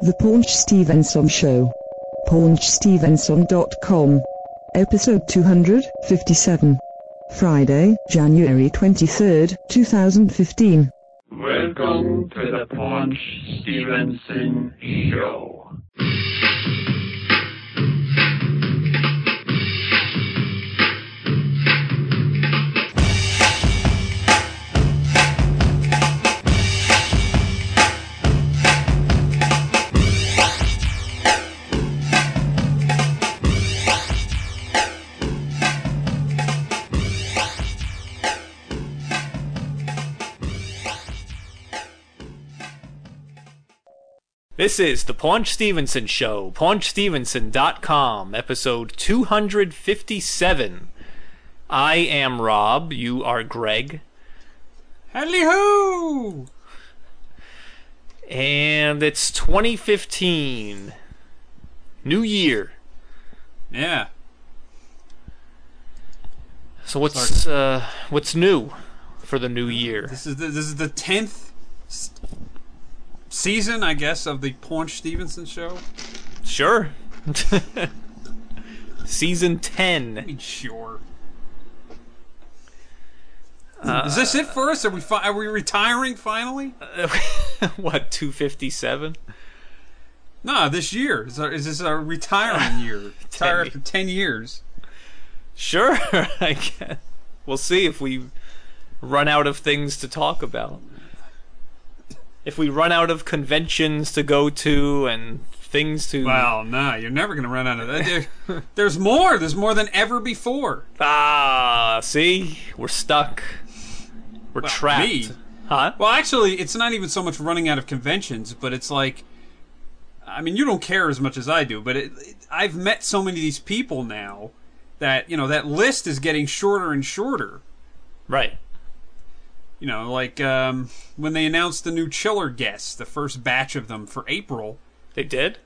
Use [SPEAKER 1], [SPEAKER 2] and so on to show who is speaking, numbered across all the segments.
[SPEAKER 1] The Paunch Stevenson Show. PaunchStevenson.com. Episode 257. Friday, January 23rd, 2015.
[SPEAKER 2] Welcome to the Paunch Stevenson Show.
[SPEAKER 3] This is the Paunch Stevenson Show, paunchstevenson.com, episode 257. I am Rob, you are Greg,
[SPEAKER 4] Howdy ho!
[SPEAKER 3] and it's 2015. New year.
[SPEAKER 4] Yeah.
[SPEAKER 3] So what's uh, what's new for the new year?
[SPEAKER 4] This is the, this is the tenth s- season, I guess, of the Paunch Stevenson show.
[SPEAKER 3] Sure. Season 10.
[SPEAKER 4] I mean, sure. is this it for us? Are we fi- are we retiring finally?
[SPEAKER 3] what, 257?
[SPEAKER 4] Nah, this year is, our, is this our retiring year? Retire after ten years.
[SPEAKER 3] Sure, I guess. We'll see if we run out of things to talk about. If we run out of conventions to go to and things to.
[SPEAKER 4] Well, nah, you're never gonna run out of that. There- There's more. There's more than ever before.
[SPEAKER 3] Ah, see? We're stuck. We're trapped.
[SPEAKER 4] me.
[SPEAKER 3] Huh?
[SPEAKER 4] Well, actually, it's not even so much running out of conventions, but it's like, I mean, you don't care as much as I do, but it, it, I've met so many of these people now that you know that list is getting shorter and shorter.
[SPEAKER 3] Right.
[SPEAKER 4] You know, like um, when they announced the new chiller guests, the first batch of them for April.
[SPEAKER 3] They did?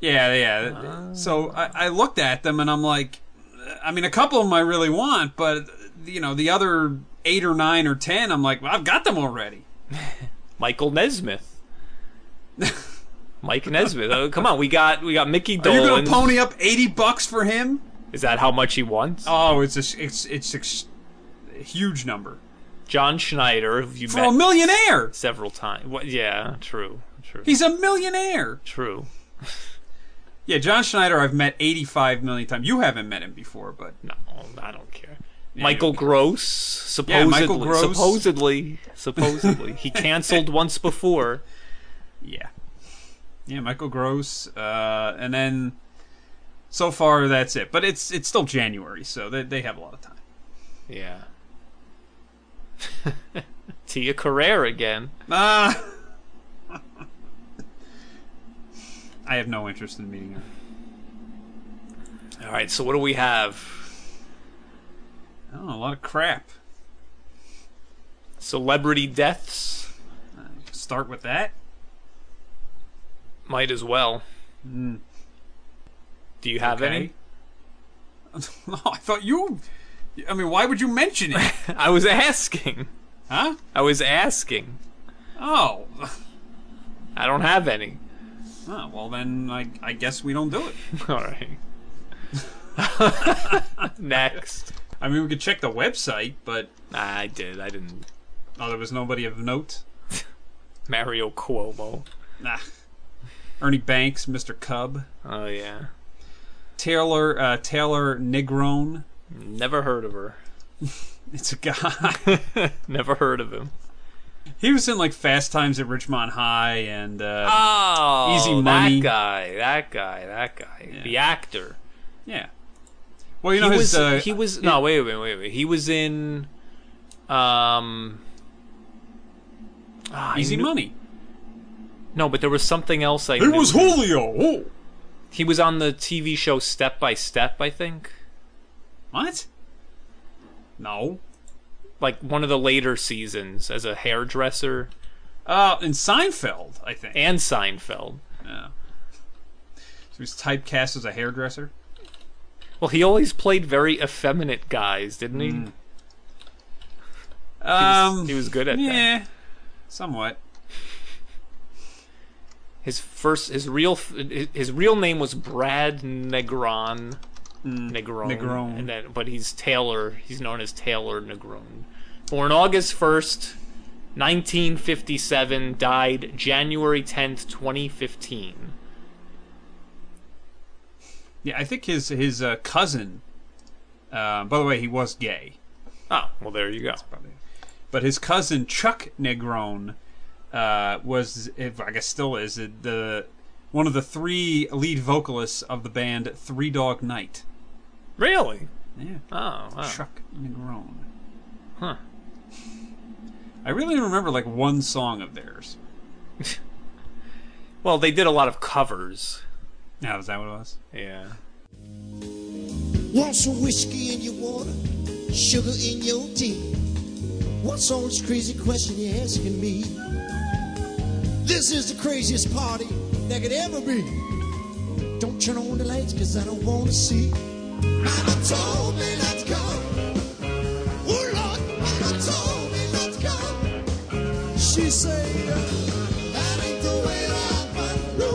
[SPEAKER 4] Yeah, yeah. So I, I looked at them and I'm like, I mean, a couple of them I really want, but you know, the other eight or nine or ten, I'm like, well, I've got them already.
[SPEAKER 3] Michael Nesmith. Mike Nesmith. Oh, come on, we got we got Mickey
[SPEAKER 4] Are
[SPEAKER 3] Dolan.
[SPEAKER 4] you going to pony up eighty bucks for him?
[SPEAKER 3] Is that how much he wants?
[SPEAKER 4] Oh, it's a, it's it's a s- a huge number
[SPEAKER 3] John Schneider, who you
[SPEAKER 4] for a
[SPEAKER 3] met
[SPEAKER 4] millionaire.
[SPEAKER 3] several times. What, yeah, true, true,
[SPEAKER 4] He's a millionaire.
[SPEAKER 3] true.
[SPEAKER 4] Yeah, John Schneider, I've met 85 million times. You haven't met him before, but
[SPEAKER 3] No, I don't care. Michael Gross, supposedly,
[SPEAKER 4] Yeah, Michael Gross.
[SPEAKER 3] supposedly, supposedly, he canceled once before.
[SPEAKER 4] yeah, yeah, Michael Gross, uh, and then so far that's it. But it's it's still January, so they they have a lot of time.
[SPEAKER 3] Yeah. Tia Carrere again.
[SPEAKER 4] Ah. I have no interest in meeting her.
[SPEAKER 3] All right, so what do we have?
[SPEAKER 4] Oh, a lot of crap.
[SPEAKER 3] Celebrity deaths.
[SPEAKER 4] Start with that.
[SPEAKER 3] Might as well. Hmm. Do you have
[SPEAKER 4] Okay. no, Oh, I thought you. I mean, why would you mention it?
[SPEAKER 3] any? I was asking.
[SPEAKER 4] Huh?
[SPEAKER 3] I was asking.
[SPEAKER 4] Oh.
[SPEAKER 3] I don't have any.
[SPEAKER 4] Oh, well then I, I guess we don't do it.
[SPEAKER 3] All right. Next.
[SPEAKER 4] I mean, we could check the website, but
[SPEAKER 3] I did. I didn't.
[SPEAKER 4] oh, there was nobody of note.
[SPEAKER 3] Mario Cuomo.
[SPEAKER 4] Nah. Ernie Banks, Mr. Cub,
[SPEAKER 3] Oh yeah.
[SPEAKER 4] Taylor uh, Taylor Negron.
[SPEAKER 3] Never heard of her.
[SPEAKER 4] It's a guy.
[SPEAKER 3] Never heard of him.
[SPEAKER 4] he was in like Fast Times at Richmond High and uh,
[SPEAKER 3] Oh,
[SPEAKER 4] Easy Money.
[SPEAKER 3] That guy. That guy. That guy. The actor.
[SPEAKER 4] yeah. Well, you
[SPEAKER 3] He
[SPEAKER 4] know
[SPEAKER 3] was.
[SPEAKER 4] his uh,
[SPEAKER 3] he was. No, wait, wait, wait, wait. He was in. Um. ah, I
[SPEAKER 4] Easy
[SPEAKER 3] knew-
[SPEAKER 4] Money.
[SPEAKER 3] No, but there was something else. I.
[SPEAKER 4] It
[SPEAKER 3] knew.
[SPEAKER 4] was Julio. Oh.
[SPEAKER 3] He was on the TV show Step by Step. I think.
[SPEAKER 4] What? No.
[SPEAKER 3] Like one of the later seasons as a hairdresser
[SPEAKER 4] Uh, in Seinfeld, I think.
[SPEAKER 3] and Seinfeld.
[SPEAKER 4] Yeah. So he's typecast as a hairdresser.
[SPEAKER 3] Well, he always played very effeminate guys, didn't he?
[SPEAKER 4] Um,
[SPEAKER 3] he was good at that.
[SPEAKER 4] yeah, somewhat.
[SPEAKER 3] His first, his real, f- his his real name was Brad Negron, Mm. Negron,
[SPEAKER 4] Negron.
[SPEAKER 3] and then, but he's Taylor. He's known as Taylor Negron. Born August first, nineteen fifty-seven. Died January tenth, twenty fifteen.
[SPEAKER 4] Yeah, I think his his uh, cousin. Uh, by the way, he was gay,
[SPEAKER 3] Oh, well, there you go.
[SPEAKER 4] but his cousin Chuck Negron uh, was, if I guess, still is uh, the one of the three lead vocalists of the band Three Dog Night.
[SPEAKER 3] Really?
[SPEAKER 4] Yeah,
[SPEAKER 3] Oh, wow.
[SPEAKER 4] Chuck Negron.
[SPEAKER 3] Huh.
[SPEAKER 4] I really remember like one song of theirs.
[SPEAKER 3] Well, they did a lot of covers.
[SPEAKER 4] Now is that what it was?
[SPEAKER 3] Yeah.
[SPEAKER 5] Want some whiskey in your water, sugar in your tea. What's all this crazy question you're asking me? This is the craziest party that could ever be. Don't turn on the lights, cause I don't wanna see. Mama told me not to come. Oh Lord, Mama told me not to come. She said, that ain't the way I want to do.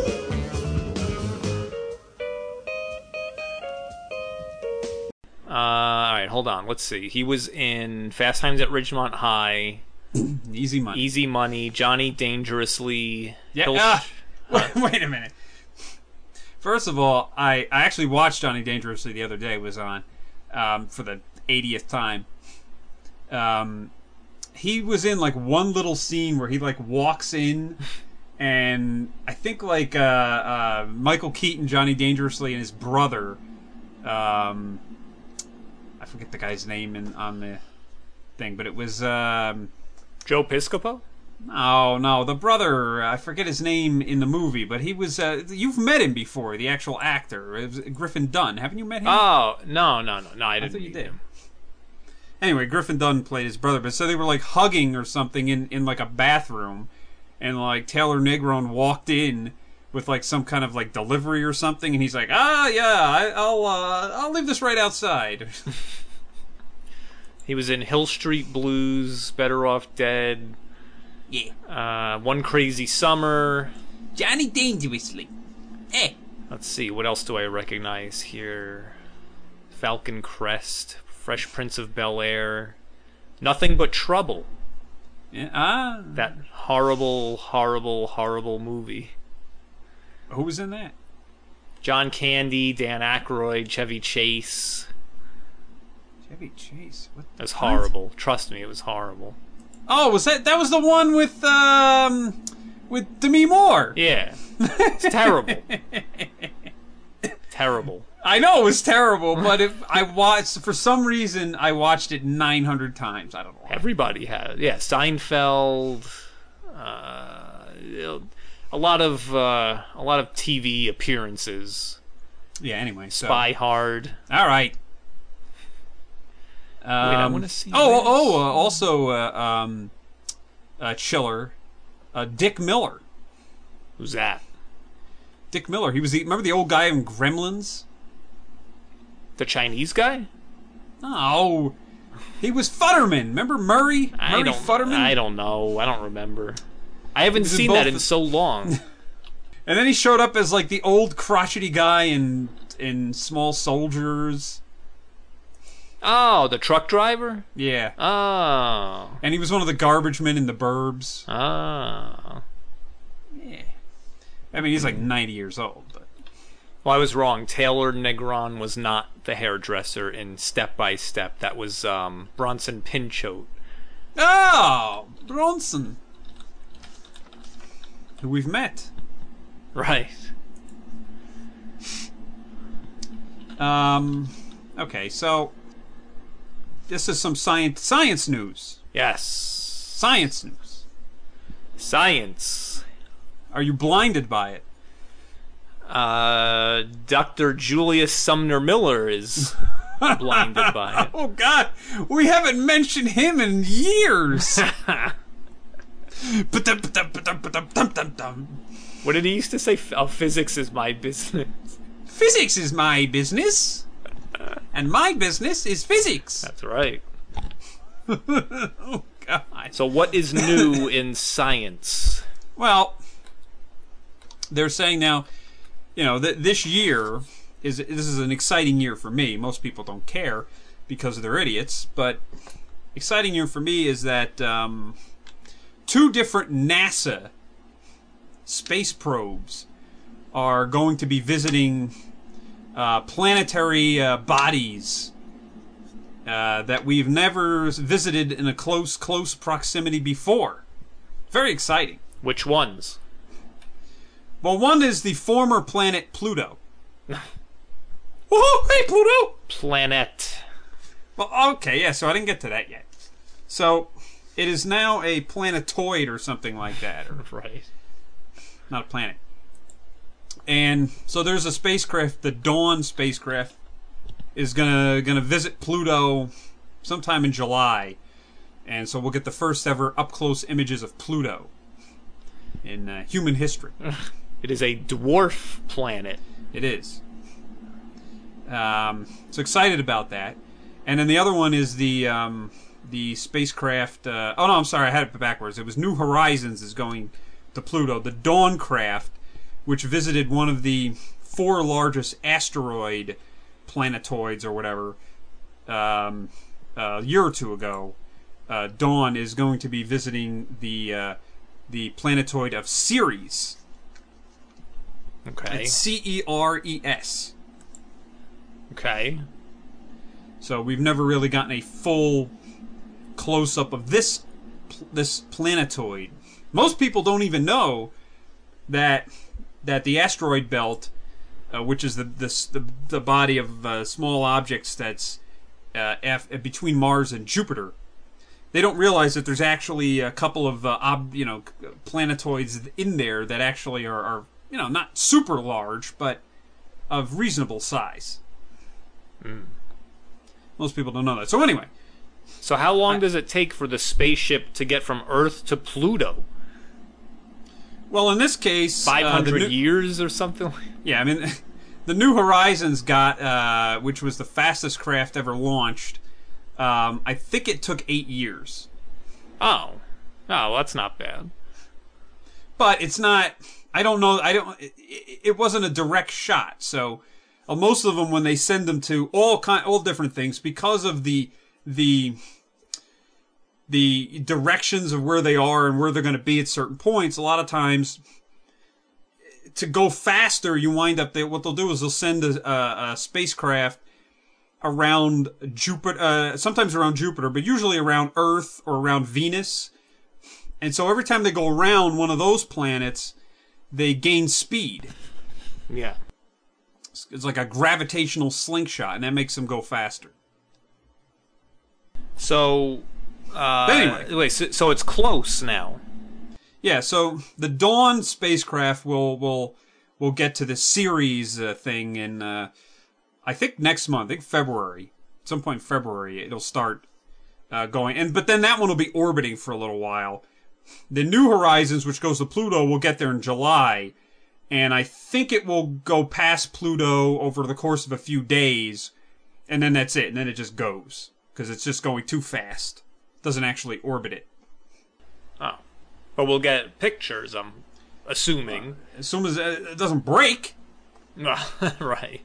[SPEAKER 3] Uh, all right, hold on. Let's see. He was in Fast Times at Ridgemont High,
[SPEAKER 4] Easy money.
[SPEAKER 3] Easy Money, Johnny Dangerously.
[SPEAKER 4] Yeah.
[SPEAKER 3] Hill-
[SPEAKER 4] ah! wait a minute. First of all, I, I actually watched Johnny Dangerously the other day. It was on um, for the 80th time. Um, he was in like one little scene where he like walks in, and I think like uh, uh, Michael Keaton, Johnny Dangerously, and his brother. Um, I forget the guy's name in, on the thing, but it was. Um,
[SPEAKER 3] Joe Piscopo?
[SPEAKER 4] Oh no, the brother. I forget his name in the movie, but he was. Uh, you've met him before, the actual actor, it was Griffin Dunn. Haven't you met him?
[SPEAKER 3] Oh, no, no, no, no. I
[SPEAKER 4] Ah, I
[SPEAKER 3] didn't.
[SPEAKER 4] thought you
[SPEAKER 3] mean
[SPEAKER 4] did.
[SPEAKER 3] him.
[SPEAKER 4] Anyway, Griffin Dunn played his brother, but so they were like hugging or something in in like a bathroom, and like Taylor Negron walked in with like some kind of like delivery or something, and he's like, ah, yeah, I, I'll uh, I'll leave this right outside.
[SPEAKER 3] He was in Hill Street Blues, Better Off Dead,
[SPEAKER 4] yeah,
[SPEAKER 3] uh, One Crazy Summer.
[SPEAKER 4] Johnny Dangerously. Hey.
[SPEAKER 3] Let's see. What else do I recognize here? Falcon Crest, Fresh Prince of Bel Air, Nothing But Trouble.
[SPEAKER 4] Yeah, ah,
[SPEAKER 3] That horrible, horrible, horrible movie.
[SPEAKER 4] who was in that?
[SPEAKER 3] John Candy, Dan Aykroyd, Chevy Chase.
[SPEAKER 4] Chevy Chase. What?
[SPEAKER 3] It was horrible. Trust me, it was horrible.
[SPEAKER 4] Oh, was that that was the one with um with Demi Moore?
[SPEAKER 3] Yeah. It's terrible. terrible.
[SPEAKER 4] I know it was terrible, but if I watched for some reason I watched it 900 times. I don't know.
[SPEAKER 3] Everybody had. Yeah, Seinfeld. Uh, a lot of uh, a lot of TV appearances.
[SPEAKER 4] Yeah, anyway. So
[SPEAKER 3] Spy Hard.
[SPEAKER 4] All right. Um,
[SPEAKER 3] I wanna see
[SPEAKER 4] Oh,
[SPEAKER 3] this.
[SPEAKER 4] oh, uh, also uh, um uh Chiller, uh Dick Miller.
[SPEAKER 3] Who's that?
[SPEAKER 4] Dick Miller. He was the remember the old guy in Gremlins?
[SPEAKER 3] The Chinese guy?
[SPEAKER 4] Oh. He was Futterman. Remember Murray?
[SPEAKER 3] I
[SPEAKER 4] Murray
[SPEAKER 3] don't.
[SPEAKER 4] Futterman?
[SPEAKER 3] I don't know. I don't remember. I haven't
[SPEAKER 4] was in
[SPEAKER 3] seen that
[SPEAKER 4] both
[SPEAKER 3] in
[SPEAKER 4] the-
[SPEAKER 3] so long.
[SPEAKER 4] And then he showed up as like the old crotchety guy in in Small Soldiers.
[SPEAKER 3] oh, the truck driver.
[SPEAKER 4] Yeah.
[SPEAKER 3] Oh.
[SPEAKER 4] And he was one of the garbage men in the Burbs.
[SPEAKER 3] Ah.
[SPEAKER 4] I mean, he's like 90 years old. But
[SPEAKER 3] Well, I was wrong. Taylor Negron was not the hairdresser in Step by Step. That was um, Bronson Pinchot.
[SPEAKER 4] oh, Bronson, who we've met.
[SPEAKER 3] Right.
[SPEAKER 4] Um, okay, so this is some science science news.
[SPEAKER 3] Yes.
[SPEAKER 4] Science news.
[SPEAKER 3] Science.
[SPEAKER 4] Are you blinded by it?
[SPEAKER 3] Uh, Dr. Julius Sumner Miller is blinded by it.
[SPEAKER 4] Oh God, we haven't mentioned him in years.
[SPEAKER 3] What did he used to say? F- Oh, physics is my business.
[SPEAKER 4] Physics is my business, and my business is physics.
[SPEAKER 3] That's right.
[SPEAKER 4] Oh God.
[SPEAKER 3] So, what is new in science?
[SPEAKER 4] Well, they're saying now, you know, that this year is this is an exciting year for me. Most people don't care because they're idiots, but exciting year for me is that um, two different NASA space probes are going to be visiting uh, planetary uh, bodies uh, that we've never visited in a close, close proximity before. Very exciting.
[SPEAKER 3] Which ones?
[SPEAKER 4] Well, one is the former planet Pluto. Woohoo! Hey, Pluto!
[SPEAKER 3] Planet.
[SPEAKER 4] Well, okay, yeah, so I didn't get to that yet. So, it is now a planetoid or something like that, or
[SPEAKER 3] Right.
[SPEAKER 4] not a planet. And so there's a spacecraft, the Dawn spacecraft, is gonna gonna visit Pluto sometime in July, and so we'll get the first ever up close images of Pluto in uh, human history.
[SPEAKER 3] It is a dwarf planet.
[SPEAKER 4] It is. Um, so excited about that. And then the other one is the um, the spacecraft. Uh, oh no, I'm sorry, I had it backwards. It was New Horizons is going to Pluto. The Dawn craft, which visited one of the four largest asteroid planetoids or whatever um, a year or two ago. Uh, Dawn is going to be visiting the uh, the planetoid of Ceres.
[SPEAKER 3] Okay.
[SPEAKER 4] It's C E R E S.
[SPEAKER 3] okay.
[SPEAKER 4] So we've never really gotten a full close up of this this planetoid. Most people don't even know that that the asteroid belt, uh, which is the, the s- the the body of uh, small objects that's uh, af- between Mars and Jupiter, they don't realize that there's actually a couple of uh, ob- you know c- planetoids in there that actually are, are you know not super large but of reasonable size. Most people don't know that. So anyway,
[SPEAKER 3] So how long does it take for the spaceship to get from Earth to Pluto?
[SPEAKER 4] Well, in this case, uh, the
[SPEAKER 3] 500
[SPEAKER 4] new-
[SPEAKER 3] years or something? like-
[SPEAKER 4] Yeah, I mean, the New Horizons got, uh, which was the fastest craft ever launched. Um, I think it took eight years,
[SPEAKER 3] Oh. Oh, that's not bad.
[SPEAKER 4] but it's not. I don't know. I don't. It, it it wasn't a direct shot. So uh, most of them, when they send them to all kind, all different things, because of the the the directions of where they are and where they're going to be at certain points, a lot of times to go faster, you wind up. They, what they'll do is they'll send a, a, a spacecraft around Jupiter, uh, sometimes around Jupiter, but usually around Earth or around Venus. And so every time they go around one of those planets, they gain speed.
[SPEAKER 3] Yeah.
[SPEAKER 4] It's, it's like a gravitational slingshot, and that makes them go faster.
[SPEAKER 3] So. Uh,
[SPEAKER 4] But anyway.
[SPEAKER 3] Wait, so, so it's close now.
[SPEAKER 4] Yeah, so the Dawn spacecraft will will will get to the series uh, thing in uh, I think next month, I think February, some point in February it'll start uh, going, and but then that one will be orbiting for a little while. The New Horizons, which goes to Pluto, will get there in July, and I think it will go past Pluto over the course of a few days, and then that's it, and then it just goes because it's just going too fast. Doesn't actually orbit it.
[SPEAKER 3] Oh. But we'll get pictures, I'm assuming.
[SPEAKER 4] As soon as uh, it doesn't break.
[SPEAKER 3] right.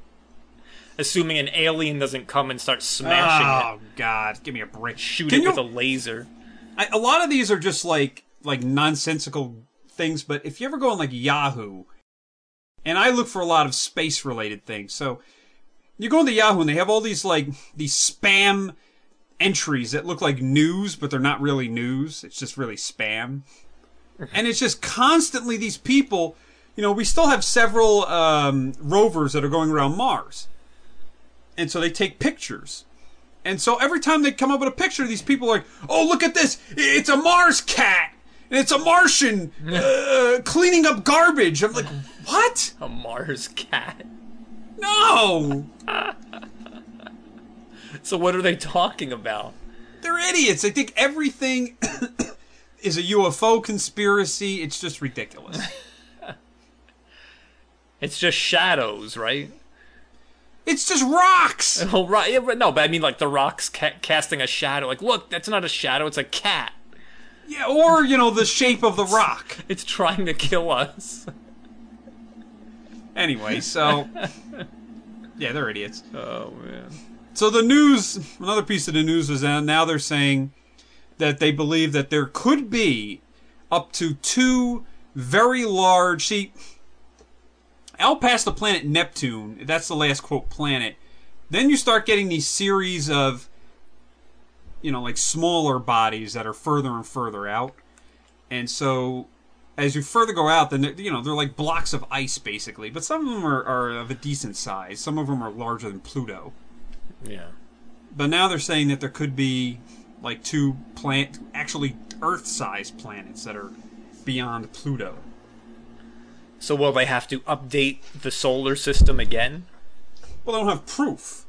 [SPEAKER 3] Assuming an alien doesn't come and start smashing it.
[SPEAKER 4] oh, God, give me a break.
[SPEAKER 3] Shoot
[SPEAKER 4] Can
[SPEAKER 3] it with a
[SPEAKER 4] you-
[SPEAKER 3] laser.
[SPEAKER 4] I- a lot of these are just like like nonsensical things, but if you ever go on like Yahoo, and I look for a lot of space related things, so you go into Yahoo and they have all these like these spam entries that look like news, but they're not really news. It's just really spam, and it's just constantly these people. You know, we still have several um, rovers that are going around Mars, and so they take pictures. And so every time they come up with a picture, these people are like, "Oh, look at this! I- It's a Mars cat, and it's a Martian uh, cleaning up garbage." I'm like, "What?
[SPEAKER 3] A Mars cat.
[SPEAKER 4] No,
[SPEAKER 3] So what are they talking about?
[SPEAKER 4] they're idiots. They think everything is a UFO conspiracy. It's just ridiculous."
[SPEAKER 3] It's just shadows, right?
[SPEAKER 4] It's just rocks.
[SPEAKER 3] Well, Oh, right, yeah, but no, but I mean like the rocks ca- casting a shadow. Like, look, that's not a shadow; it's a cat.
[SPEAKER 4] Yeah, or you know the shape of the rock.
[SPEAKER 3] It's trying to kill us.
[SPEAKER 4] Anyway, so yeah, they're idiots.
[SPEAKER 3] Oh man.
[SPEAKER 4] So the news, another piece of the news was that now they're saying that they believe that there could be up to two very large. See, out past the planet Neptune, that's the last quote planet. Then you start getting these series of, you know, like smaller bodies that are further and further out, and so as you further go out, then they're- you know they're like blocks of ice basically. But some of them are, are of a decent size. Some of them are larger than Pluto
[SPEAKER 3] Yeah.
[SPEAKER 4] but now they're saying that there could be like two plant actually earth-sized planets that are beyond pluto
[SPEAKER 3] So will they have to update the solar system again
[SPEAKER 4] well they don't have proof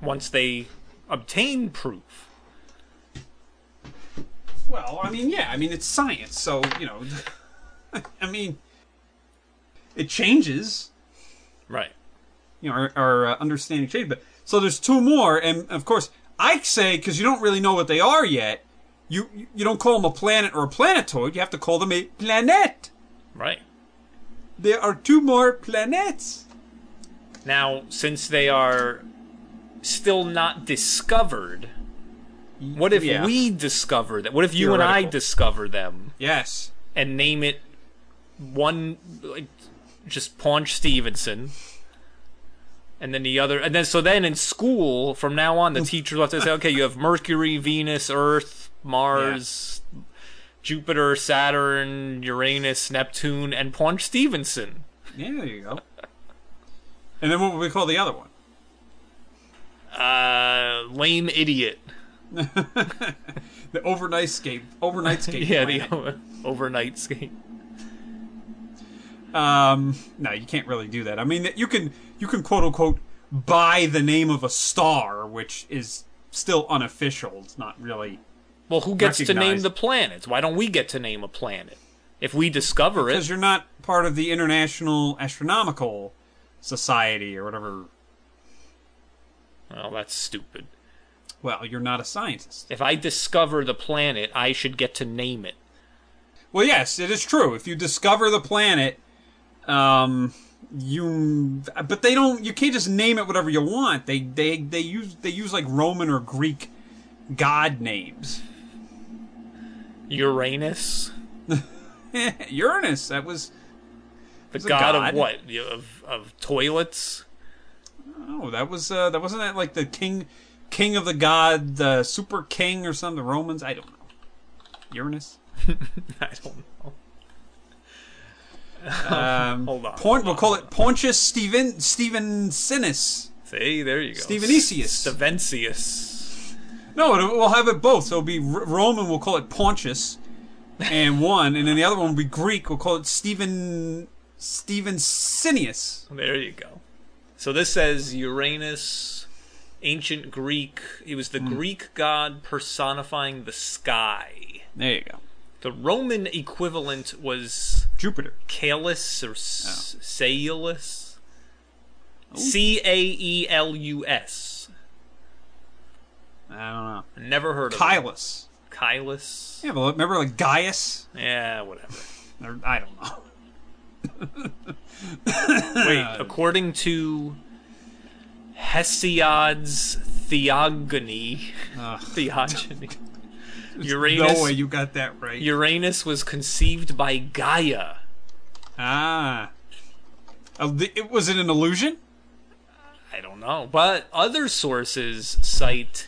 [SPEAKER 3] once they obtain proof?
[SPEAKER 4] well i mean yeah i mean it's science so you know i mean it changes
[SPEAKER 3] Right.
[SPEAKER 4] you know our, our uh, understanding changes but so there's two more and of course i say because you don't really know what they are yet you you don't call them a planet or a planetoid you have to call them a planet
[SPEAKER 3] Right.
[SPEAKER 4] there are two more planets
[SPEAKER 3] Now, since they are still not discovered, what if
[SPEAKER 4] Yeah.
[SPEAKER 3] we discover that? What if you and I
[SPEAKER 4] Theoretical.
[SPEAKER 3] discover them
[SPEAKER 4] yes
[SPEAKER 3] and name it one like just Paunch Stevenson? And then the other, and then so then in school from now on, the teachers will have to say, okay, you have Mercury, Venus, Earth, Mars, Jupiter, Saturn, Uranus, Neptune, and Paunch Stevenson.
[SPEAKER 4] Yeah, there you go. and then what would we call the other one?
[SPEAKER 3] Uh, lame idiot.
[SPEAKER 4] The overnight scape, overnight scape.
[SPEAKER 3] Yeah,
[SPEAKER 4] planet.
[SPEAKER 3] the o- overnight skate.
[SPEAKER 4] um, no, you can't really do that. I mean, you can you can quote unquote buy the name of a star, which is still unofficial. It's not really
[SPEAKER 3] Well, who gets to name
[SPEAKER 4] Recognized.
[SPEAKER 3] the planets? Why don't we get to name a planet? If we discover
[SPEAKER 4] because
[SPEAKER 3] it,
[SPEAKER 4] you're not part of the International Astronomical Society or whatever.
[SPEAKER 3] well, that's stupid.
[SPEAKER 4] Well, you're not a scientist.
[SPEAKER 3] If I discover the planet, I should get to name it.
[SPEAKER 4] Well, yes, it is true. If you discover the planet, um, you but they don't. You can't just name it whatever you want. They they they use they use like Roman or Greek god names.
[SPEAKER 3] Uranus,
[SPEAKER 4] Uranus. That was
[SPEAKER 3] the
[SPEAKER 4] a
[SPEAKER 3] god,
[SPEAKER 4] god.
[SPEAKER 3] of what? You- Of of toilets?
[SPEAKER 4] oh that was uh, that wasn't that like the king king of the god the super king or something the Romans. I don't know. Uranus.
[SPEAKER 3] I don't know.
[SPEAKER 4] Um,
[SPEAKER 3] Hold on.
[SPEAKER 4] Paun- we'll call it Pontius Stephen Stephen Sinus.
[SPEAKER 3] See, there you go.
[SPEAKER 4] Stevenesius.
[SPEAKER 3] Stevensius.
[SPEAKER 4] No, it- we'll have it both. So it'll be R- Roman. We'll call it Pontius, and one, and then the other one will be Greek. We'll call it Stephen Stephen Sinius.
[SPEAKER 3] There you go. So this says Uranus, ancient Greek. He was the Greek god personifying the sky.
[SPEAKER 4] There you go.
[SPEAKER 3] The Roman equivalent was
[SPEAKER 4] Jupiter.
[SPEAKER 3] Calus or S- Caelus? C A E L U S.
[SPEAKER 4] I don't know.
[SPEAKER 3] Never heard of him.
[SPEAKER 4] Kylus.
[SPEAKER 3] Kylus.
[SPEAKER 4] Yeah, but remember like Gaius?
[SPEAKER 3] Yeah, whatever.
[SPEAKER 4] Or, I don't know.
[SPEAKER 3] Wait, according to Hesiod's Theogony, Theogony, Uranus,
[SPEAKER 4] No way you got that right.
[SPEAKER 3] Uranus was conceived by Gaia.
[SPEAKER 4] ah. Uh, th- it was it an illusion?
[SPEAKER 3] I don't know, but other sources cite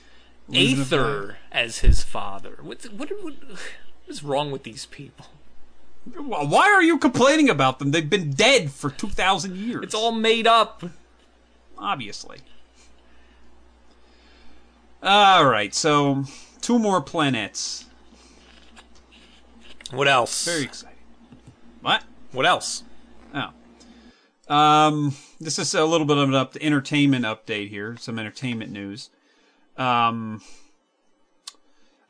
[SPEAKER 4] Illusion of
[SPEAKER 3] Aether as his father. What, what, what, what is wrong with these people?
[SPEAKER 4] Wh- Why are you complaining about them? They've been dead for two thousand years.
[SPEAKER 3] It's all made up.
[SPEAKER 4] obviously. All right, so two more planets.
[SPEAKER 3] What else?
[SPEAKER 4] Very exciting. What?
[SPEAKER 3] What else?
[SPEAKER 4] Oh. Um, this is a little bit of an up- entertainment update here, some entertainment news. Um,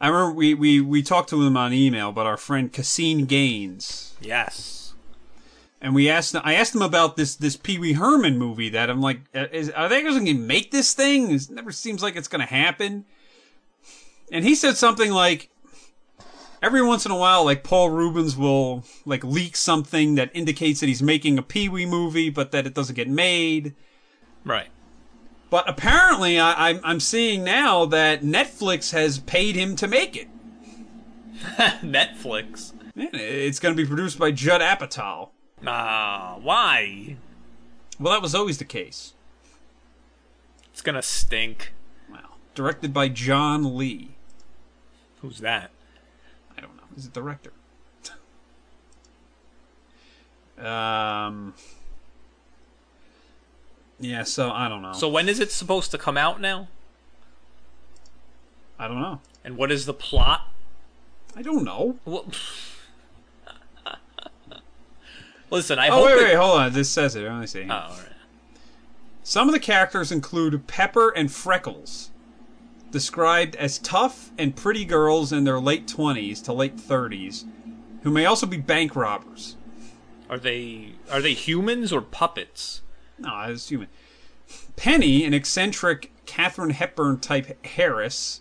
[SPEAKER 4] I remember we, we, we talked to him on email, but our friend Cassine Gaines,
[SPEAKER 3] Yes.
[SPEAKER 4] and we asked I asked him about this this Pee Wee Herman movie that I'm like, uh, is, are they going to make this thing? It never seems like it's going to happen. And he said something like, every once in a while, like Paul Rubens will like leak something that indicates that he's making a Pee Wee movie, but that it doesn't get made.
[SPEAKER 3] Right.
[SPEAKER 4] But apparently, I, I'm I'm seeing now that Netflix has paid him to make it.
[SPEAKER 3] Netflix.
[SPEAKER 4] Man, it's going to be produced by Judd Apatow.
[SPEAKER 3] Ah, why?
[SPEAKER 4] Well, that was always the case.
[SPEAKER 3] It's gonna stink.
[SPEAKER 4] Wow. Directed by John Lee.
[SPEAKER 3] Who's that?
[SPEAKER 4] I don't know. Is it director? um. Yeah. So I don't know.
[SPEAKER 3] So when is it supposed to come out now?
[SPEAKER 4] I don't know.
[SPEAKER 3] And what is the plot?
[SPEAKER 4] I don't know.
[SPEAKER 3] Well, Listen, I
[SPEAKER 4] Oh
[SPEAKER 3] hope
[SPEAKER 4] wait,
[SPEAKER 3] it-
[SPEAKER 4] wait, hold on. This says it. Let me see.
[SPEAKER 3] Oh, all right.
[SPEAKER 4] Some of the characters include Pepper and Freckles, described as tough and pretty girls in their late twenties to late thirties, who may also be bank robbers.
[SPEAKER 3] Are they are they humans or puppets?
[SPEAKER 4] No, I was human. Penny, an eccentric Katherine Hepburn type Harris.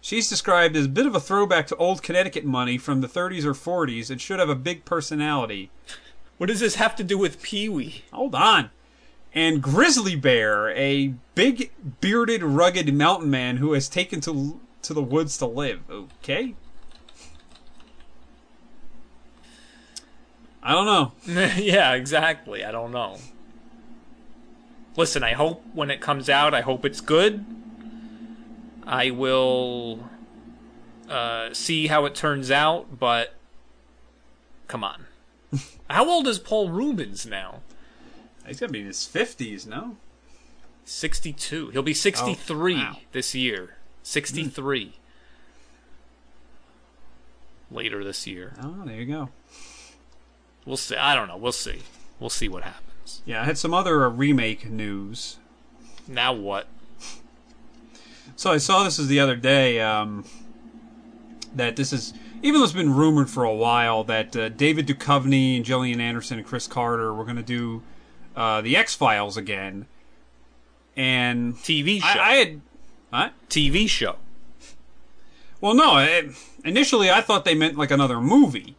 [SPEAKER 4] She's described as a bit of a throwback to old Connecticut money from the 30s or 40s and should have a big personality.
[SPEAKER 3] What does this have to do with Pee Wee?
[SPEAKER 4] Hold on. And Grizzly Bear, a big bearded rugged mountain man who has taken to to the woods to live. Okay. I don't know.
[SPEAKER 3] yeah, exactly. I don't know. Listen, I hope when it comes out, I hope it's good. I will uh, see how it turns out, but come on. how old is Paul Rubens now?
[SPEAKER 4] He's got to be in his 50s, no?
[SPEAKER 3] 62. He'll be 63
[SPEAKER 4] Oh, wow.
[SPEAKER 3] this year. 63. Later this year.
[SPEAKER 4] Oh, there you go.
[SPEAKER 3] We'll see. I don't know. We'll see. We'll see what happens.
[SPEAKER 4] Yeah, I had some other uh, remake news.
[SPEAKER 3] Now what?
[SPEAKER 4] So I saw this is the other day um, that this is even though it's been rumored for a while that uh, David Duchovny and Gillian Anderson and Chris Carter were going to do uh, the X Files again, and
[SPEAKER 3] TV show.
[SPEAKER 4] I, I had what?
[SPEAKER 3] TV show.
[SPEAKER 4] Well, no. I, initially, I thought they meant like another movie,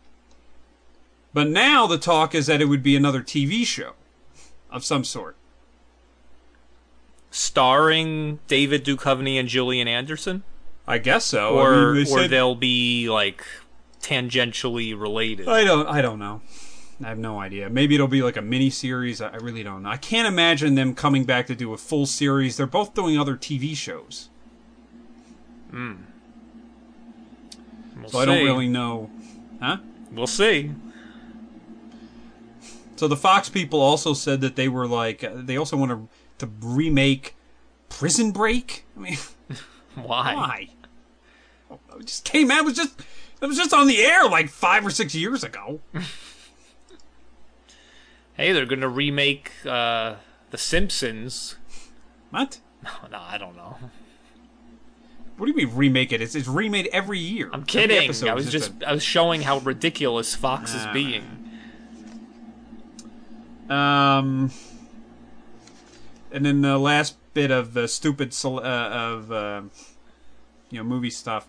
[SPEAKER 4] but now the talk is that it would be another TV show of some sort.
[SPEAKER 3] starring David Duchovny and Gillian Anderson,
[SPEAKER 4] I guess so. I
[SPEAKER 3] or
[SPEAKER 4] mean,
[SPEAKER 3] or
[SPEAKER 4] said-
[SPEAKER 3] they'll be like tangentially related.
[SPEAKER 4] I don't. I don't know. I have no idea. Maybe it'll be like a mini series. I I really don't know. I can't imagine them coming back to do a full series. They're both doing other TV shows,
[SPEAKER 3] We'll
[SPEAKER 4] so I don't
[SPEAKER 3] see.
[SPEAKER 4] really know. Huh?
[SPEAKER 3] We'll see.
[SPEAKER 4] So the Fox people also said that they were like uh, they also want to to remake Prison Break. I mean,
[SPEAKER 3] Why?
[SPEAKER 4] why? Oh, It just came out. It was just it was just on the air like five or six years ago.
[SPEAKER 3] Hey, they're gonna remake uh, The Simpsons. Oh,
[SPEAKER 4] What?
[SPEAKER 3] No, I don't know.
[SPEAKER 4] What do you mean remake it? It's, it's remade every year.
[SPEAKER 3] I'm
[SPEAKER 4] Every
[SPEAKER 3] kidding.
[SPEAKER 4] episode
[SPEAKER 3] I
[SPEAKER 4] is
[SPEAKER 3] was just
[SPEAKER 4] a-
[SPEAKER 3] I was showing how ridiculous Fox is
[SPEAKER 4] Nah.
[SPEAKER 3] being.
[SPEAKER 4] Um, and then the last bit of the stupid cel- uh, of uh, you know movie stuff,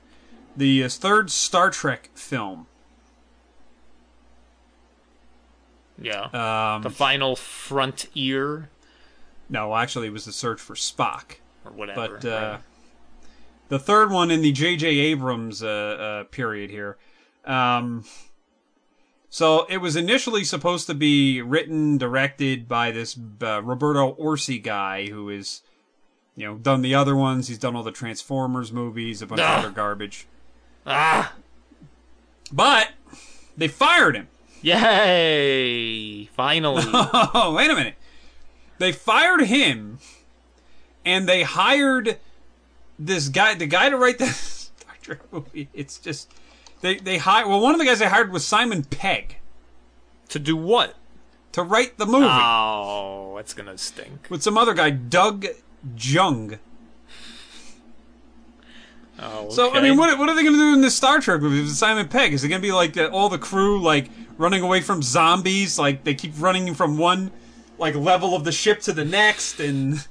[SPEAKER 4] the uh, third Star Trek film.
[SPEAKER 3] Yeah.
[SPEAKER 4] Um,
[SPEAKER 3] the final frontier
[SPEAKER 4] no, actually, it was the Search for Spock,
[SPEAKER 3] or whatever.
[SPEAKER 4] but uh, the third one in the J.J. Abrams uh, uh, period here. Um, so it was initially supposed to be written, directed by this uh, Roberto Orsi guy who is, you know, done the other ones. He's done all the Transformers movies, a bunch
[SPEAKER 3] Ugh.
[SPEAKER 4] of other garbage.
[SPEAKER 3] ah,
[SPEAKER 4] But they fired him.
[SPEAKER 3] yay! Finally.
[SPEAKER 4] Oh, wait a minute. They fired him and they hired this guy, the guy to write the Star Trek movie. It's just, they, they hired, well, one of the guys they hired was Simon Pegg
[SPEAKER 3] to do what?
[SPEAKER 4] to write the movie
[SPEAKER 3] Oh, that's gonna stink.
[SPEAKER 4] with some other guy, Doug Jung.
[SPEAKER 3] Oh,
[SPEAKER 4] So, I
[SPEAKER 3] okay.
[SPEAKER 4] mean, what, what are they going to do in this Star Trek movie with Simon Pegg? Is it going to be like uh, all the crew, like, running away from zombies? Like, they keep running from one, like, level of the ship to the next and.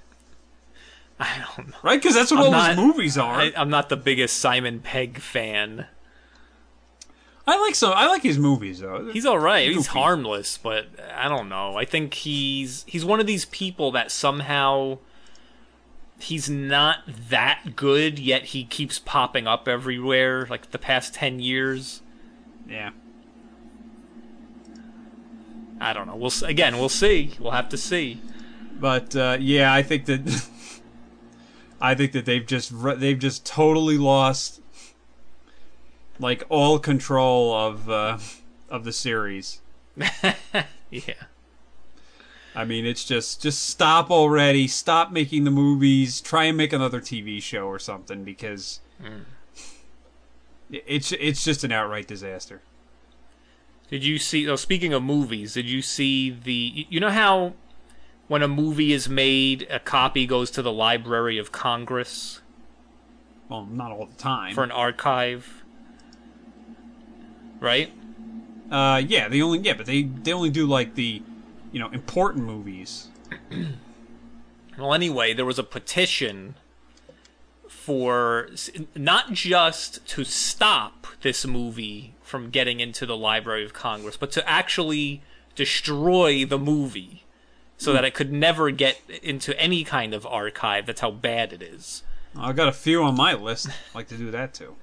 [SPEAKER 3] I don't know.
[SPEAKER 4] Right, because that's what all
[SPEAKER 3] not-
[SPEAKER 4] those movies are.
[SPEAKER 3] I, I'm not the biggest Simon Pegg fan.
[SPEAKER 4] I like so I like his movies though.
[SPEAKER 3] He's all right. He's
[SPEAKER 4] Goofy.
[SPEAKER 3] harmless, but I don't know. I think he's he's one of these people that somehow he's not that good, yet he keeps popping up everywhere. Like the past ten years,
[SPEAKER 4] yeah.
[SPEAKER 3] I don't know. We'll s- again, we'll see. We'll have to see.
[SPEAKER 4] But uh, yeah, I think that I think that they've just re- they've just totally lost like all control of uh, of the series.
[SPEAKER 3] Yeah,
[SPEAKER 4] I mean, it's just just stop already. Stop making the movies. Try and make another TV show or something because it's it's just an outright disaster.
[SPEAKER 3] Did you see? Oh, speaking of movies, did you see the? y- You know how when a movie is made, a copy goes to the Library of Congress
[SPEAKER 4] Well, not all the time.
[SPEAKER 3] for an archive, right?
[SPEAKER 4] uh, yeah, they only yeah, but they they only do like the you know important movies.
[SPEAKER 3] Well, anyway, there was a petition for s- not just to stop this movie from getting into the Library of Congress, but to actually destroy the movie so that it could never get into any kind of archive. That's how bad it is.
[SPEAKER 4] I got a few on my list. I'd like to do that too.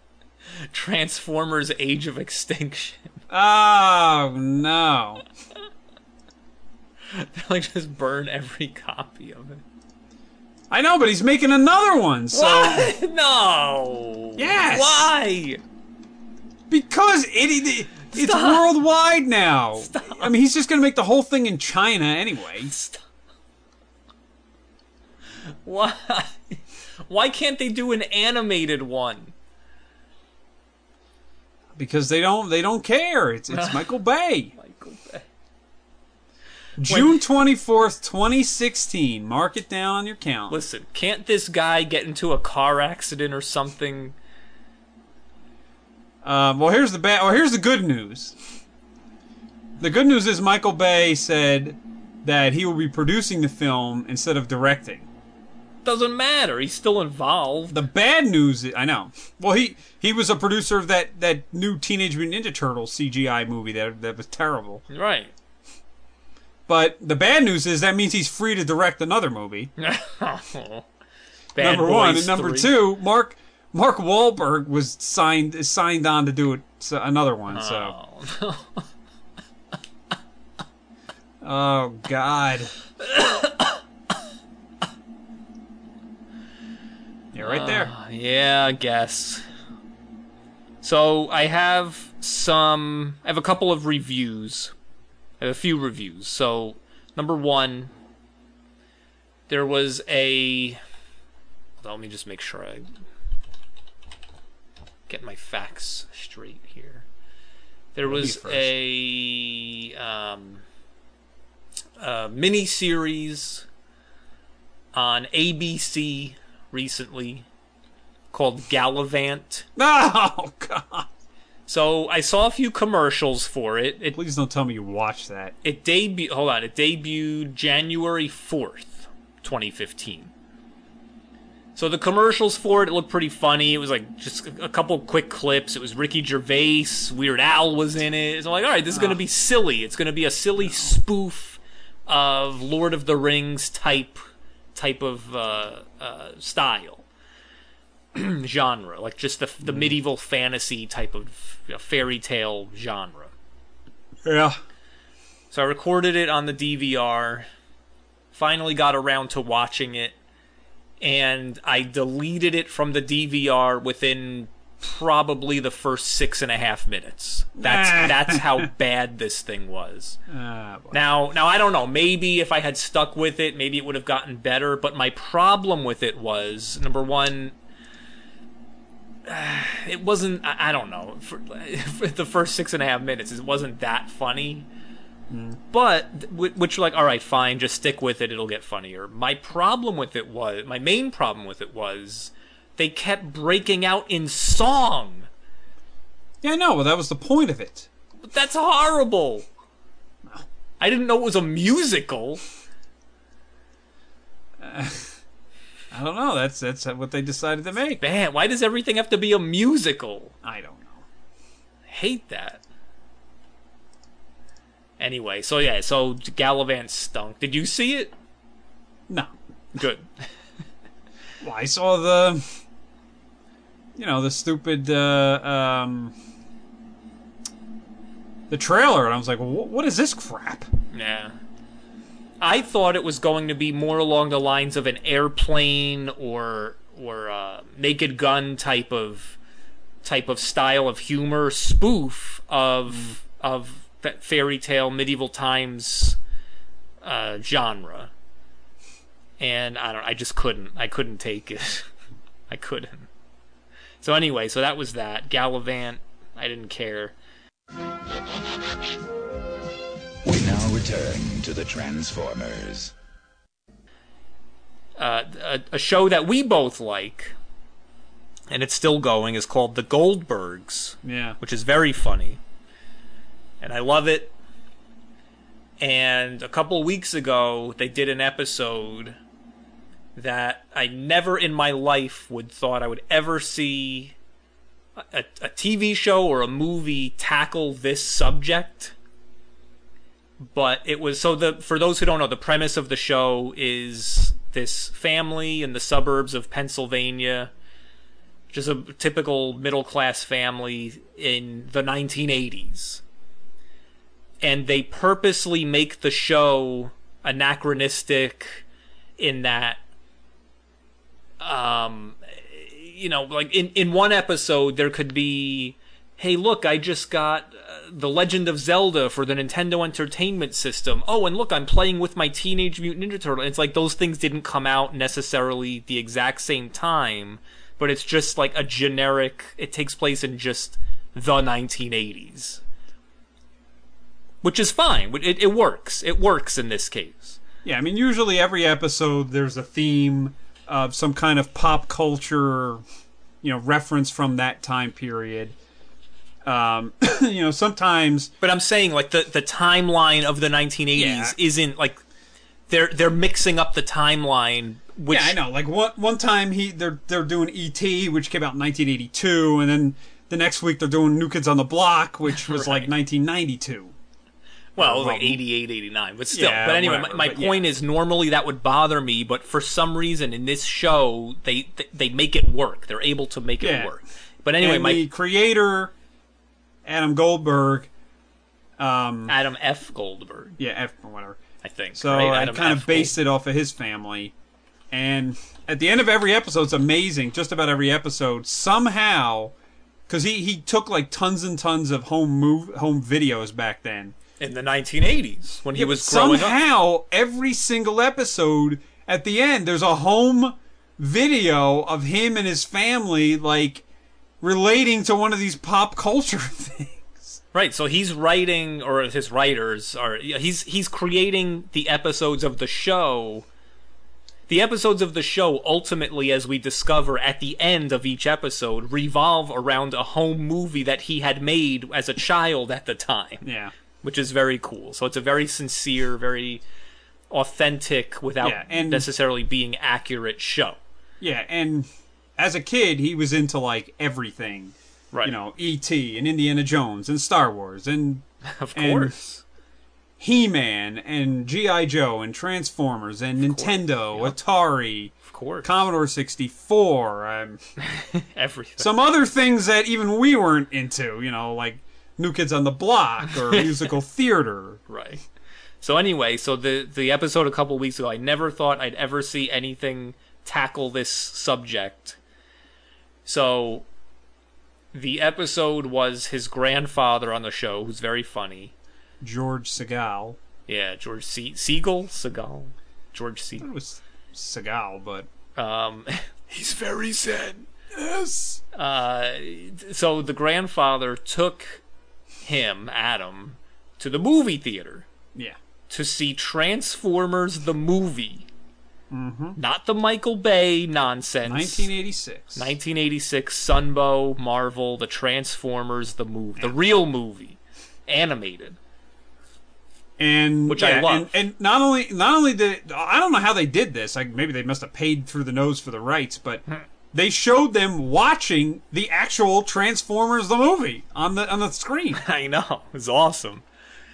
[SPEAKER 3] Transformers Age of Extinction.
[SPEAKER 4] Oh no!
[SPEAKER 3] like, just burn every copy of it.
[SPEAKER 4] I know, but he's making another one. So
[SPEAKER 3] What? No!
[SPEAKER 4] Yes!
[SPEAKER 3] Why?
[SPEAKER 4] because it, it it's
[SPEAKER 3] Stop.
[SPEAKER 4] worldwide now. I mean, he's just gonna make the whole thing in China anyway.
[SPEAKER 3] Stop. Why? Why can't they do an animated one?
[SPEAKER 4] because they don't they don't care. It's it's Michael Bay.
[SPEAKER 3] Michael Bay.
[SPEAKER 4] June twenty fourth, twenty sixteen. Mark it down on your calendar.
[SPEAKER 3] Listen, can't this guy get into a car accident or something?
[SPEAKER 4] Um, well, here's the bad. Well, here's the good news. The good news is Michael Bay said that he will be producing the film instead of directing.
[SPEAKER 3] Doesn't matter. He's still involved.
[SPEAKER 4] The bad news, is, I know. Well, he he was a producer of that that new Teenage Mutant Ninja Turtles CGI movie that that was terrible.
[SPEAKER 3] Right.
[SPEAKER 4] But the bad news is that means he's free to direct another movie.
[SPEAKER 3] Bad
[SPEAKER 4] number one
[SPEAKER 3] Boys
[SPEAKER 4] and number
[SPEAKER 3] 3.
[SPEAKER 4] two, Mark Mark Wahlberg was signed is signed on to do it s another one. So
[SPEAKER 3] Oh, no.
[SPEAKER 4] oh god, yeah, right there.
[SPEAKER 3] Yeah, I guess. So I have some. I have a couple of reviews. I have a few reviews. So number one, there was a. hold on, Let me just make sure I get my facts straight here. There was
[SPEAKER 4] first.
[SPEAKER 3] a um, a mini series on ABC recently called Gallivant.
[SPEAKER 4] Oh god,
[SPEAKER 3] So I saw a few commercials for it. It
[SPEAKER 4] please don't tell me you watched that.
[SPEAKER 3] it debuted. Hold on, it debuted January fourth, twenty fifteen. So the commercials for it, it looked pretty funny. It was like just a a couple quick clips. It was Ricky Gervais, Weird Al was in it. So I'm like, all right, this is going to be silly. It's going to be a silly spoof of Lord of the Rings type type of uh, uh, style genre, like just the the medieval fantasy type of you know, fairy tale genre.
[SPEAKER 4] Yeah,
[SPEAKER 3] So I recorded it on the DVR, finally got around to watching it, and I deleted it from the DVR within probably the first six and a half minutes. That's
[SPEAKER 4] Nah.
[SPEAKER 3] that's how bad this thing was.
[SPEAKER 4] Ah, boy.
[SPEAKER 3] Now now I don't know, maybe if I had stuck with it, maybe it would have gotten better, but my problem with it was number one it wasn't I, I don't know for, for the first six and a half minutes it wasn't that funny but th- wh- which like all right fine just stick with it it'll get funnier my problem with it was my main problem with it was they kept breaking out in song
[SPEAKER 4] yeah, no, well that was the point of it.
[SPEAKER 3] but that's horrible i didn't know it was a musical
[SPEAKER 4] I don't know. That's that's what they decided to make.
[SPEAKER 3] man why does everything have to be a musical
[SPEAKER 4] I don't know.
[SPEAKER 3] hate that. Anyway, so yeah, so Gallivant stunk. Did you see it?
[SPEAKER 4] No.
[SPEAKER 3] Good.
[SPEAKER 4] Well, I saw the, you know, the stupid, uh, um, the trailer, and I was like, "Wh- what is this crap?
[SPEAKER 3] Yeah. I thought it was going to be more along the lines of an airplane or or uh, Naked Gun type of type of style of humor spoof of of that fairy tale medieval times uh, genre. And I don't. I just couldn't. I couldn't take it. I couldn't. So anyway, so that was that. Gallivant. I didn't care.
[SPEAKER 6] We now return to the Transformers.
[SPEAKER 3] uh, a, a show that we both like, and it's still going, is called The Goldbergs,
[SPEAKER 4] Yeah.
[SPEAKER 3] which is very funny. And I love it. And a couple weeks ago, they did an episode that I never in my life would thought I would ever see a, a TV show or a movie tackle this subject but it was so the for those who don't know the premise of the show is this family in the suburbs of Pennsylvania just a typical middle class family in the 1980s and they purposely make the show anachronistic in that um you know like in in one episode there could be hey look i just got uh, the legend of zelda for the nintendo entertainment system oh and look i'm playing with my teenage mutant ninja turtle it's like those things didn't come out necessarily the exact same time but it's just like a generic it takes place in just the 1980s which is fine it, it works it works in this case
[SPEAKER 4] Yeah, I mean, usually every episode there's a theme of some kind of pop culture, you know, reference from that time period. Um, you know, sometimes
[SPEAKER 3] But I'm saying like the the timeline of the 1980s
[SPEAKER 4] Yeah.
[SPEAKER 3] isn't like they're they're mixing up the timeline. Which
[SPEAKER 4] yeah, I know. Like one one time he they're they're doing ET, which came out in 1982, and then the next week they're doing New Kids on the Block, which was like 1992.
[SPEAKER 3] Well, it was like
[SPEAKER 4] Well,
[SPEAKER 3] 88, 89, but still.
[SPEAKER 4] yeah,
[SPEAKER 3] but anyway,
[SPEAKER 4] whatever,
[SPEAKER 3] my, my
[SPEAKER 4] but yeah.
[SPEAKER 3] point is normally that would bother me, but for some reason in this show they they, they make it work. They're able to make
[SPEAKER 4] Yeah.
[SPEAKER 3] it work. But anyway,
[SPEAKER 4] and
[SPEAKER 3] my
[SPEAKER 4] the creator, Adam Goldberg, um,
[SPEAKER 3] Adam F. Goldberg,
[SPEAKER 4] yeah, F or whatever.
[SPEAKER 3] I think.
[SPEAKER 4] So
[SPEAKER 3] right?
[SPEAKER 4] I
[SPEAKER 3] Adam
[SPEAKER 4] kind
[SPEAKER 3] F.
[SPEAKER 4] of based it off of his family. And at the end of every episode, it's amazing. Just about every episode, somehow, because he he took like tons and tons of home move home videos back then.
[SPEAKER 3] Goldberg. in the 1980s when he
[SPEAKER 4] Yeah,
[SPEAKER 3] was
[SPEAKER 4] but
[SPEAKER 3] growing up.
[SPEAKER 4] somehow every single episode at the end there's a home video of him and his family like relating to one of these pop culture things
[SPEAKER 3] Right, so he's writing, or his writers are. yeah, He's he's creating the episodes of the show. The episodes of the show, ultimately, as we discover at the end of each episode, revolve around a home movie that he had made as a child at the time,
[SPEAKER 4] yeah
[SPEAKER 3] which is very cool. So it's a very sincere, very authentic, without
[SPEAKER 4] Yeah, and-
[SPEAKER 3] necessarily being accurate show.
[SPEAKER 4] yeah and as a kid he was into like everything
[SPEAKER 3] Right,
[SPEAKER 4] you know et and indiana jones and star wars and
[SPEAKER 3] of
[SPEAKER 4] and-
[SPEAKER 3] course.
[SPEAKER 4] he-man and gi joe and transformers and nintendo atari
[SPEAKER 3] Of course,
[SPEAKER 4] commodore 64 um,
[SPEAKER 3] everything.
[SPEAKER 4] some other things that even we weren't into, you know, like New Kids on the Block or musical theater.
[SPEAKER 3] Right. So anyway, so the the episode a couple weeks ago, I never thought I'd ever see anything tackle this subject. So the episode was his grandfather on the show, who's very funny.
[SPEAKER 4] George Segal.
[SPEAKER 3] Yeah, George Se- Siegel, Segal, George
[SPEAKER 4] It
[SPEAKER 3] Siegel.
[SPEAKER 4] was Segal, but
[SPEAKER 3] Um, he's very sad.
[SPEAKER 4] yes.
[SPEAKER 3] Uh, so the grandfather took him, Adam, to the movie theater.
[SPEAKER 4] Yeah.
[SPEAKER 3] to see Transformers the movie.
[SPEAKER 4] Mm-hmm.
[SPEAKER 3] Not the Michael Bay nonsense.
[SPEAKER 4] 1986.
[SPEAKER 3] 1986 Sunbow, Marvel, the Transformers the movie. The real movie. Animated.
[SPEAKER 4] and
[SPEAKER 3] Which I
[SPEAKER 4] yeah,
[SPEAKER 3] love.
[SPEAKER 4] And, and not
[SPEAKER 3] Hmm.
[SPEAKER 4] only not only did I don't know how they did this. Like maybe they must have paid through the nose for the rights, but They showed them watching the actual Transformers the movie on the on the screen.
[SPEAKER 3] I know. It's awesome.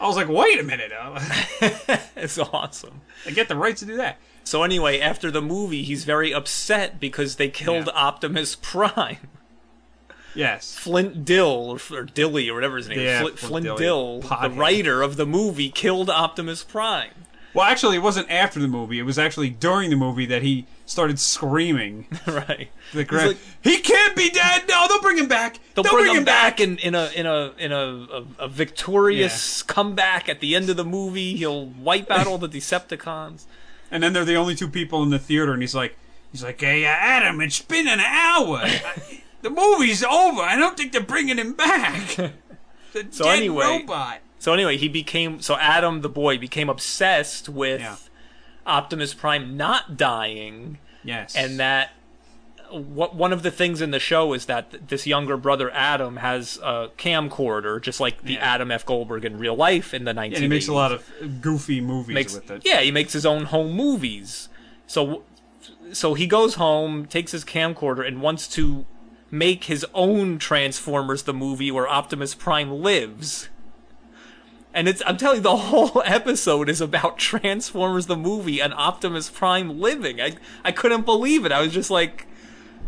[SPEAKER 4] I was like, wait a minute, I
[SPEAKER 3] It's awesome.
[SPEAKER 4] I get the right to do that.
[SPEAKER 3] So anyway, after the movie, he's very upset because they killed
[SPEAKER 4] Yeah.
[SPEAKER 3] Optimus Prime.
[SPEAKER 4] Yes,
[SPEAKER 3] Flint Dill or, or Dilly or whatever his name. is. Fli-
[SPEAKER 4] Yeah, Flint
[SPEAKER 3] Flint,
[SPEAKER 4] Dilly.
[SPEAKER 3] Dill, the
[SPEAKER 4] Pothead.
[SPEAKER 3] writer of the movie, killed Optimus Prime.
[SPEAKER 4] Well, actually, it wasn't after the movie. It was actually during the movie that he started screaming.
[SPEAKER 3] right.
[SPEAKER 4] The
[SPEAKER 3] He's
[SPEAKER 4] gra-
[SPEAKER 3] like,
[SPEAKER 4] he can't be dead. No, they'll bring him back.
[SPEAKER 3] They'll bring, him back, in, in a in a in a, a, a victorious comeback at the end of the movie. He'll wipe out all the Decepticons.
[SPEAKER 4] And then they're the only two people in the theater, and he's like, he's like, hey, uh, Adam, it's been an hour. I- the movie's over. I don't think they're bringing him back. The
[SPEAKER 3] So
[SPEAKER 4] dead
[SPEAKER 3] anyway-
[SPEAKER 4] robot.
[SPEAKER 3] So anyway, he became so Adam the boy became obsessed with
[SPEAKER 4] Yeah.
[SPEAKER 3] Optimus Prime not dying,
[SPEAKER 4] Yes.
[SPEAKER 3] and that what one of the things in the show is that th- this younger brother Adam has a camcorder, just like the
[SPEAKER 4] Yeah.
[SPEAKER 3] Adam F. Goldberg in real life in the 1980s.
[SPEAKER 4] Yeah, and he makes a lot of goofy movies
[SPEAKER 3] Makes-
[SPEAKER 4] with it.
[SPEAKER 3] Yeah, he makes his own home movies. So, so he goes home, takes his camcorder, and wants to make his own Transformers the movie where Optimus Prime lives. And it's I'm telling you, the whole episode is about Transformers the movie and Optimus Prime living. I I couldn't believe it. I was just like,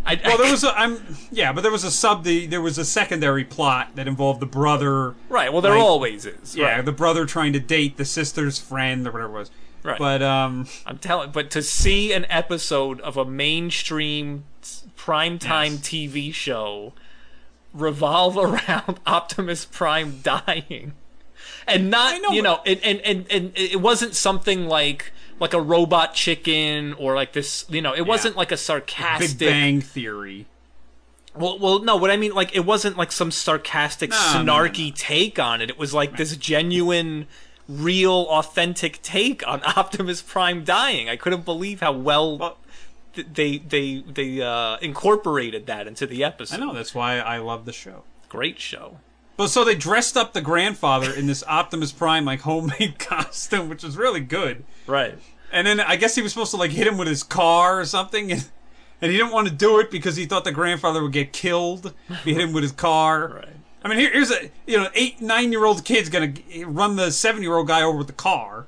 [SPEAKER 3] I,
[SPEAKER 4] Well, there was a I'm yeah, but there was a sub the there was a secondary plot that involved the brother
[SPEAKER 3] right. Well, there
[SPEAKER 4] like-
[SPEAKER 3] always is.
[SPEAKER 4] yeah,
[SPEAKER 3] right.
[SPEAKER 4] the brother trying to date the sister's friend or whatever it was.
[SPEAKER 3] Right.
[SPEAKER 4] But um
[SPEAKER 3] I'm telling, but to see an episode of a mainstream s- primetime
[SPEAKER 4] Yes.
[SPEAKER 3] TV show revolve around Optimus Prime dying, and not
[SPEAKER 4] know,
[SPEAKER 3] you know,
[SPEAKER 4] but-
[SPEAKER 3] and, and and and it wasn't something like like a robot chicken or like this, you know, it wasn't like a
[SPEAKER 4] Big
[SPEAKER 3] sarcastic.
[SPEAKER 4] Bang Theory.
[SPEAKER 3] Well, well, no, what I mean, like it wasn't like some sarcastic,
[SPEAKER 4] No, no,
[SPEAKER 3] snarky take on it. It was like this genuine. Real, authentic take on Optimus Prime dying. I couldn't believe how well
[SPEAKER 4] Well,
[SPEAKER 3] th- they they they uh, incorporated that into the episode.
[SPEAKER 4] I know that's why I love the show.
[SPEAKER 3] Great show.
[SPEAKER 4] But so they dressed up the grandfather in this Optimus Prime like homemade costume, which was really good.
[SPEAKER 3] Right.
[SPEAKER 4] And then I guess he was supposed to like hit him with his car or something, and, and he didn't want to do it because he thought the grandfather would get killed if he hit him with his car.
[SPEAKER 3] Right.
[SPEAKER 4] I mean, here, here's a you know eight nine year old kid's gonna g- run the seven year old guy over with the car.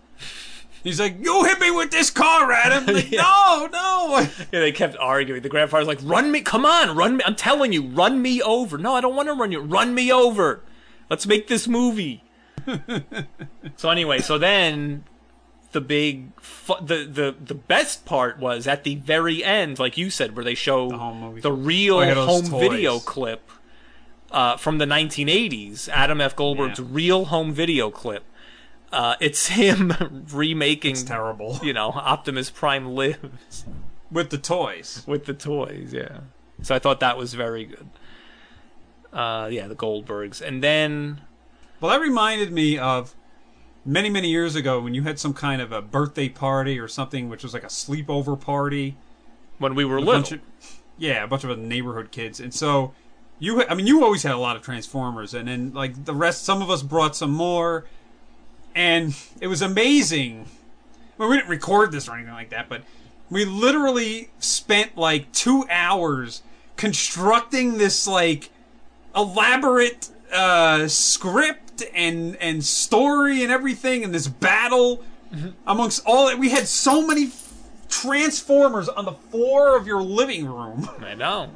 [SPEAKER 4] He's like, "You hit me with this car, Adam!" Like,
[SPEAKER 3] Yeah.
[SPEAKER 4] No, no.
[SPEAKER 3] Yeah, they kept arguing. The grandfather's like, "Run me, come on, run me! I'm telling you, run me over." No, I don't want to run you. Run me over. Let's make this movie. so anyway, so then the big fu- the the the best part was at the very end, like you said, where they show the,
[SPEAKER 4] home movie.
[SPEAKER 3] real
[SPEAKER 4] Oh, yeah, those
[SPEAKER 3] home
[SPEAKER 4] toys.
[SPEAKER 3] video clip uh, from the 1980s. Adam F. Goldberg's
[SPEAKER 4] Yeah.
[SPEAKER 3] real home video clip. Uh, it's him remaking.
[SPEAKER 4] It's terrible
[SPEAKER 3] You know, Optimus Prime live
[SPEAKER 4] with the toys.
[SPEAKER 3] with the toys, yeah. So I thought that was very good. Uh, yeah, the Goldbergs, and then
[SPEAKER 4] Well, that reminded me of many, many years ago when you had some kind of a birthday party or something, which was like a sleepover party.
[SPEAKER 3] when we were
[SPEAKER 4] A
[SPEAKER 3] little,
[SPEAKER 4] bunch of- yeah, a bunch of neighborhood kids, and so you. I mean, you always had a lot of Transformers, and then like the rest, some of us brought some more, and it was amazing. Well, we didn't record this or anything like that, but we literally spent like two hours constructing this like elaborate uh, script and and story and everything, and this battle amongst all. We had so many transformers on the floor of your living room.
[SPEAKER 3] I know,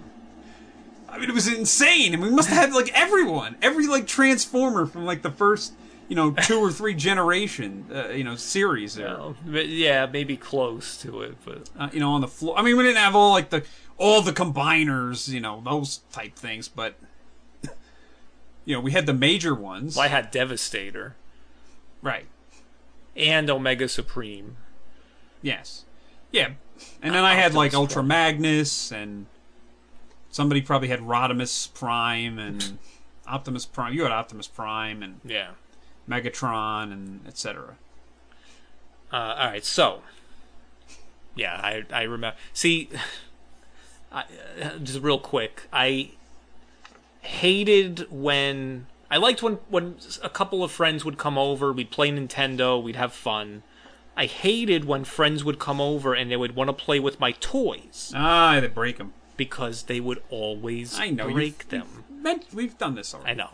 [SPEAKER 4] I mean, it was insane, and we must have had like everyone, every like transformer from like the first, you know, two or three generation, uh, you know, series there.
[SPEAKER 3] Well, oh, but yeah, maybe close to it, but
[SPEAKER 4] Uh, you know, on the floor. I mean, we didn't have all like the all the combiners, you know, those type things, but you know, we had the major ones,
[SPEAKER 3] I had Devastator
[SPEAKER 4] right?
[SPEAKER 3] and Omega Supreme.
[SPEAKER 4] Yes, yeah, and then I had like
[SPEAKER 3] Optimus
[SPEAKER 4] Ultra
[SPEAKER 3] Prime.
[SPEAKER 4] Magnus and. Somebody probably had Rodimus Prime and Optimus Prime. You had Optimus Prime and
[SPEAKER 3] Yeah.
[SPEAKER 4] Megatron and etc.
[SPEAKER 3] Uh, all right, so yeah, I I remember. See, I, uh, just real quick, I hated when I liked when when a couple of friends would come over. We'd play Nintendo. We'd have fun. I hated when friends would come over and they would want to play with my toys.
[SPEAKER 4] Ah, they break them.
[SPEAKER 3] because they would always
[SPEAKER 4] I know, you've-
[SPEAKER 3] break them.
[SPEAKER 4] Men- We've done this already.
[SPEAKER 3] I know.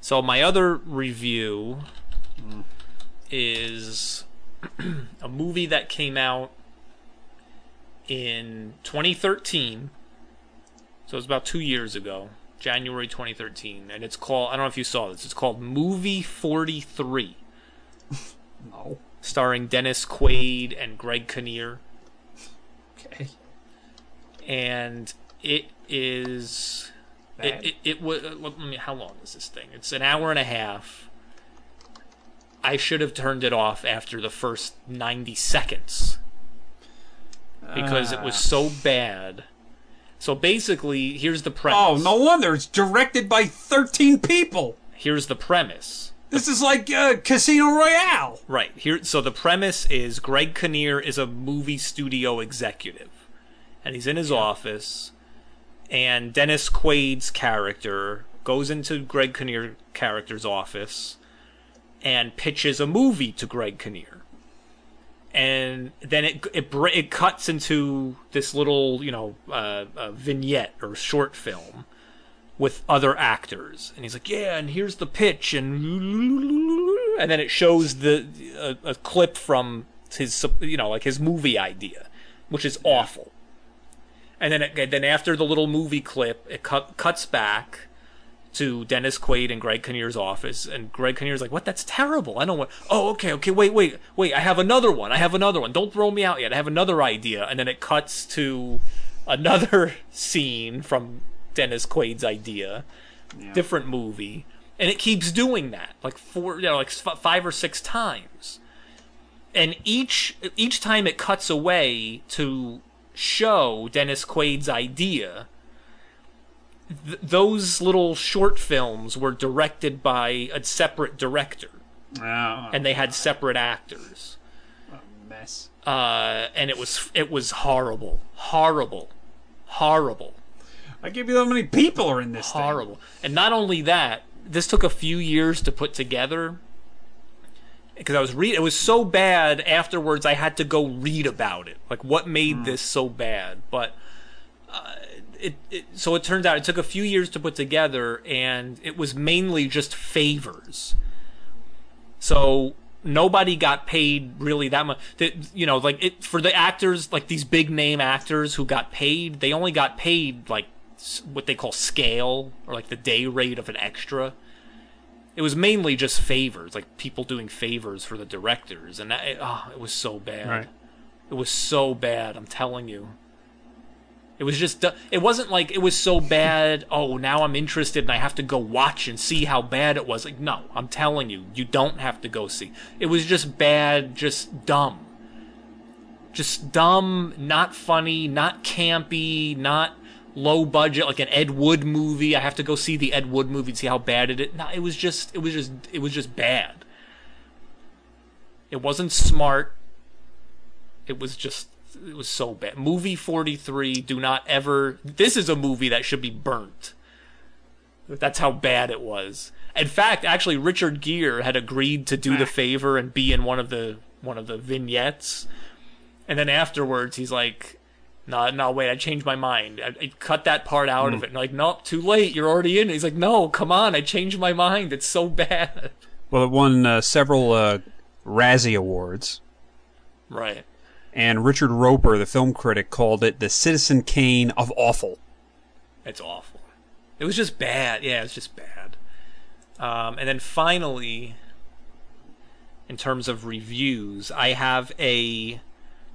[SPEAKER 3] So my other review is a movie that came out in 2013. So it's about 2 years ago, January 2013, and it's called I don't know if you saw this. It's called Movie 43,
[SPEAKER 4] No.
[SPEAKER 3] starring Dennis Quaid and Greg Kinnear.
[SPEAKER 4] Okay.
[SPEAKER 3] and it is
[SPEAKER 4] Bad.
[SPEAKER 3] it, it, it uh, was let me how long is this thing it's an hour and a half i should have turned it off after the first 90 seconds because
[SPEAKER 4] Ah.
[SPEAKER 3] it was so bad so basically here's the premise
[SPEAKER 4] Oh, no wonder it's directed by 13 people.
[SPEAKER 3] here's the premise
[SPEAKER 4] This is like uh, Casino Royale.
[SPEAKER 3] Right. Here so the premise is Greg Kinnear is a movie studio executive. And he's in his office and Dennis Quaid's character goes into Greg Kinnear's character's office and pitches a movie to Greg Kinnear. And then it it br- it cuts into this little, you know, uh, uh, vignette or short film with other actors, and he's like, "Yeah, and here's the pitch," and and then it shows the a, a clip from his you know like his movie idea, which is awful. And then it, then after the little movie clip, it cut, cuts back to Dennis Quaid and Greg Kinnear's office, and Greg Kinnear's like, "What? That's terrible. I don't want." Oh, okay, okay, wait, wait, wait. I have another one. I have another one. Don't throw me out yet. I have another idea. And then it cuts to another scene from Dennis Quaid's idea, different movie, and it keeps doing that like four, you know, like s- five or six times and each each time it cuts away to show Dennis Quaid's idea, th- those little short films were directed by a separate director,
[SPEAKER 4] Oh,
[SPEAKER 3] and they had separate actors.
[SPEAKER 4] mess.
[SPEAKER 3] Uh, and it was it was horrible, horrible, horrible.
[SPEAKER 4] I give you how many people are in this thing.
[SPEAKER 3] horrible. And not only that, this took a few years to put together because I was read. It was so bad afterwards. I had to go read about it, like what made this so bad. But uh, it, it so it turns out it took a few years to put together, and it was mainly just favors. So nobody got paid really that much. The- you know, like it for the actors, like these big name actors who got paid, they only got paid like s- what they call scale or like the day rate of an extra. It was mainly just favors, like people doing favors for the directors, and that, oh, it was so bad.
[SPEAKER 4] Right.
[SPEAKER 3] It was so bad. I'm telling you. It was just. du- It wasn't like it was so bad. Oh, now I'm interested and I have to go watch and see how bad it was. Like, no, I'm telling you, you don't have to go see. It was just bad, just dumb, just dumb. Not funny, not campy, not low budget, like an Ed Wood movie. I have to go see the Ed Wood movie and see how bad it is. No, it was just. It was just. It was just bad. It wasn't smart. It was just it was so bad. Movie 43, do not ever this is a movie that should be burnt. That's how bad it was. In fact, actually Richard Gere had agreed to do the favor and be in one of the one of the vignettes. And then afterwards he's like no, no, wait! I changed my mind. I, I cut that part out of it. And like, nope, too late. You're already in. it. He's like, no, come on! I changed my mind. It's so bad.
[SPEAKER 4] Well, it won uh, several uh, Razzie Awards,
[SPEAKER 3] Right.
[SPEAKER 4] and Richard Roper, the film critic, called it the Citizen Kane of awful.
[SPEAKER 3] It's awful. It was just bad. Yeah, it was just bad. Um, and then finally, in terms of reviews, I have a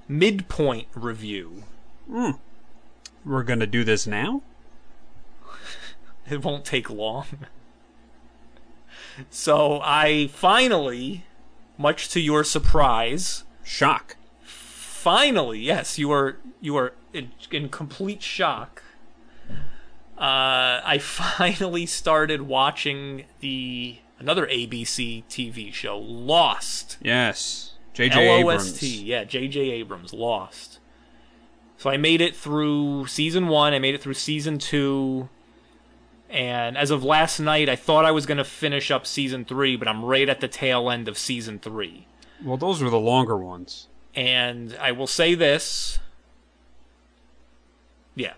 [SPEAKER 3] midpoint review.
[SPEAKER 4] We're gonna do this now.
[SPEAKER 3] It won't take long. so I finally, much to your surprise,
[SPEAKER 4] Shock.
[SPEAKER 3] finally, yes, you are you are in, in complete shock. Uh, I finally started watching the another ABC TV show, Lost.
[SPEAKER 4] Yes. J.J.
[SPEAKER 3] L O
[SPEAKER 4] Abrams.
[SPEAKER 3] S T. Yeah, J.J. Abrams, Lost. So I made it through season one. I made it through season two. And as of last night, I thought I was going to finish up season three, but I'm right at the tail end of season three.
[SPEAKER 4] Well, those were the longer ones.
[SPEAKER 3] And I will say this. Yeah.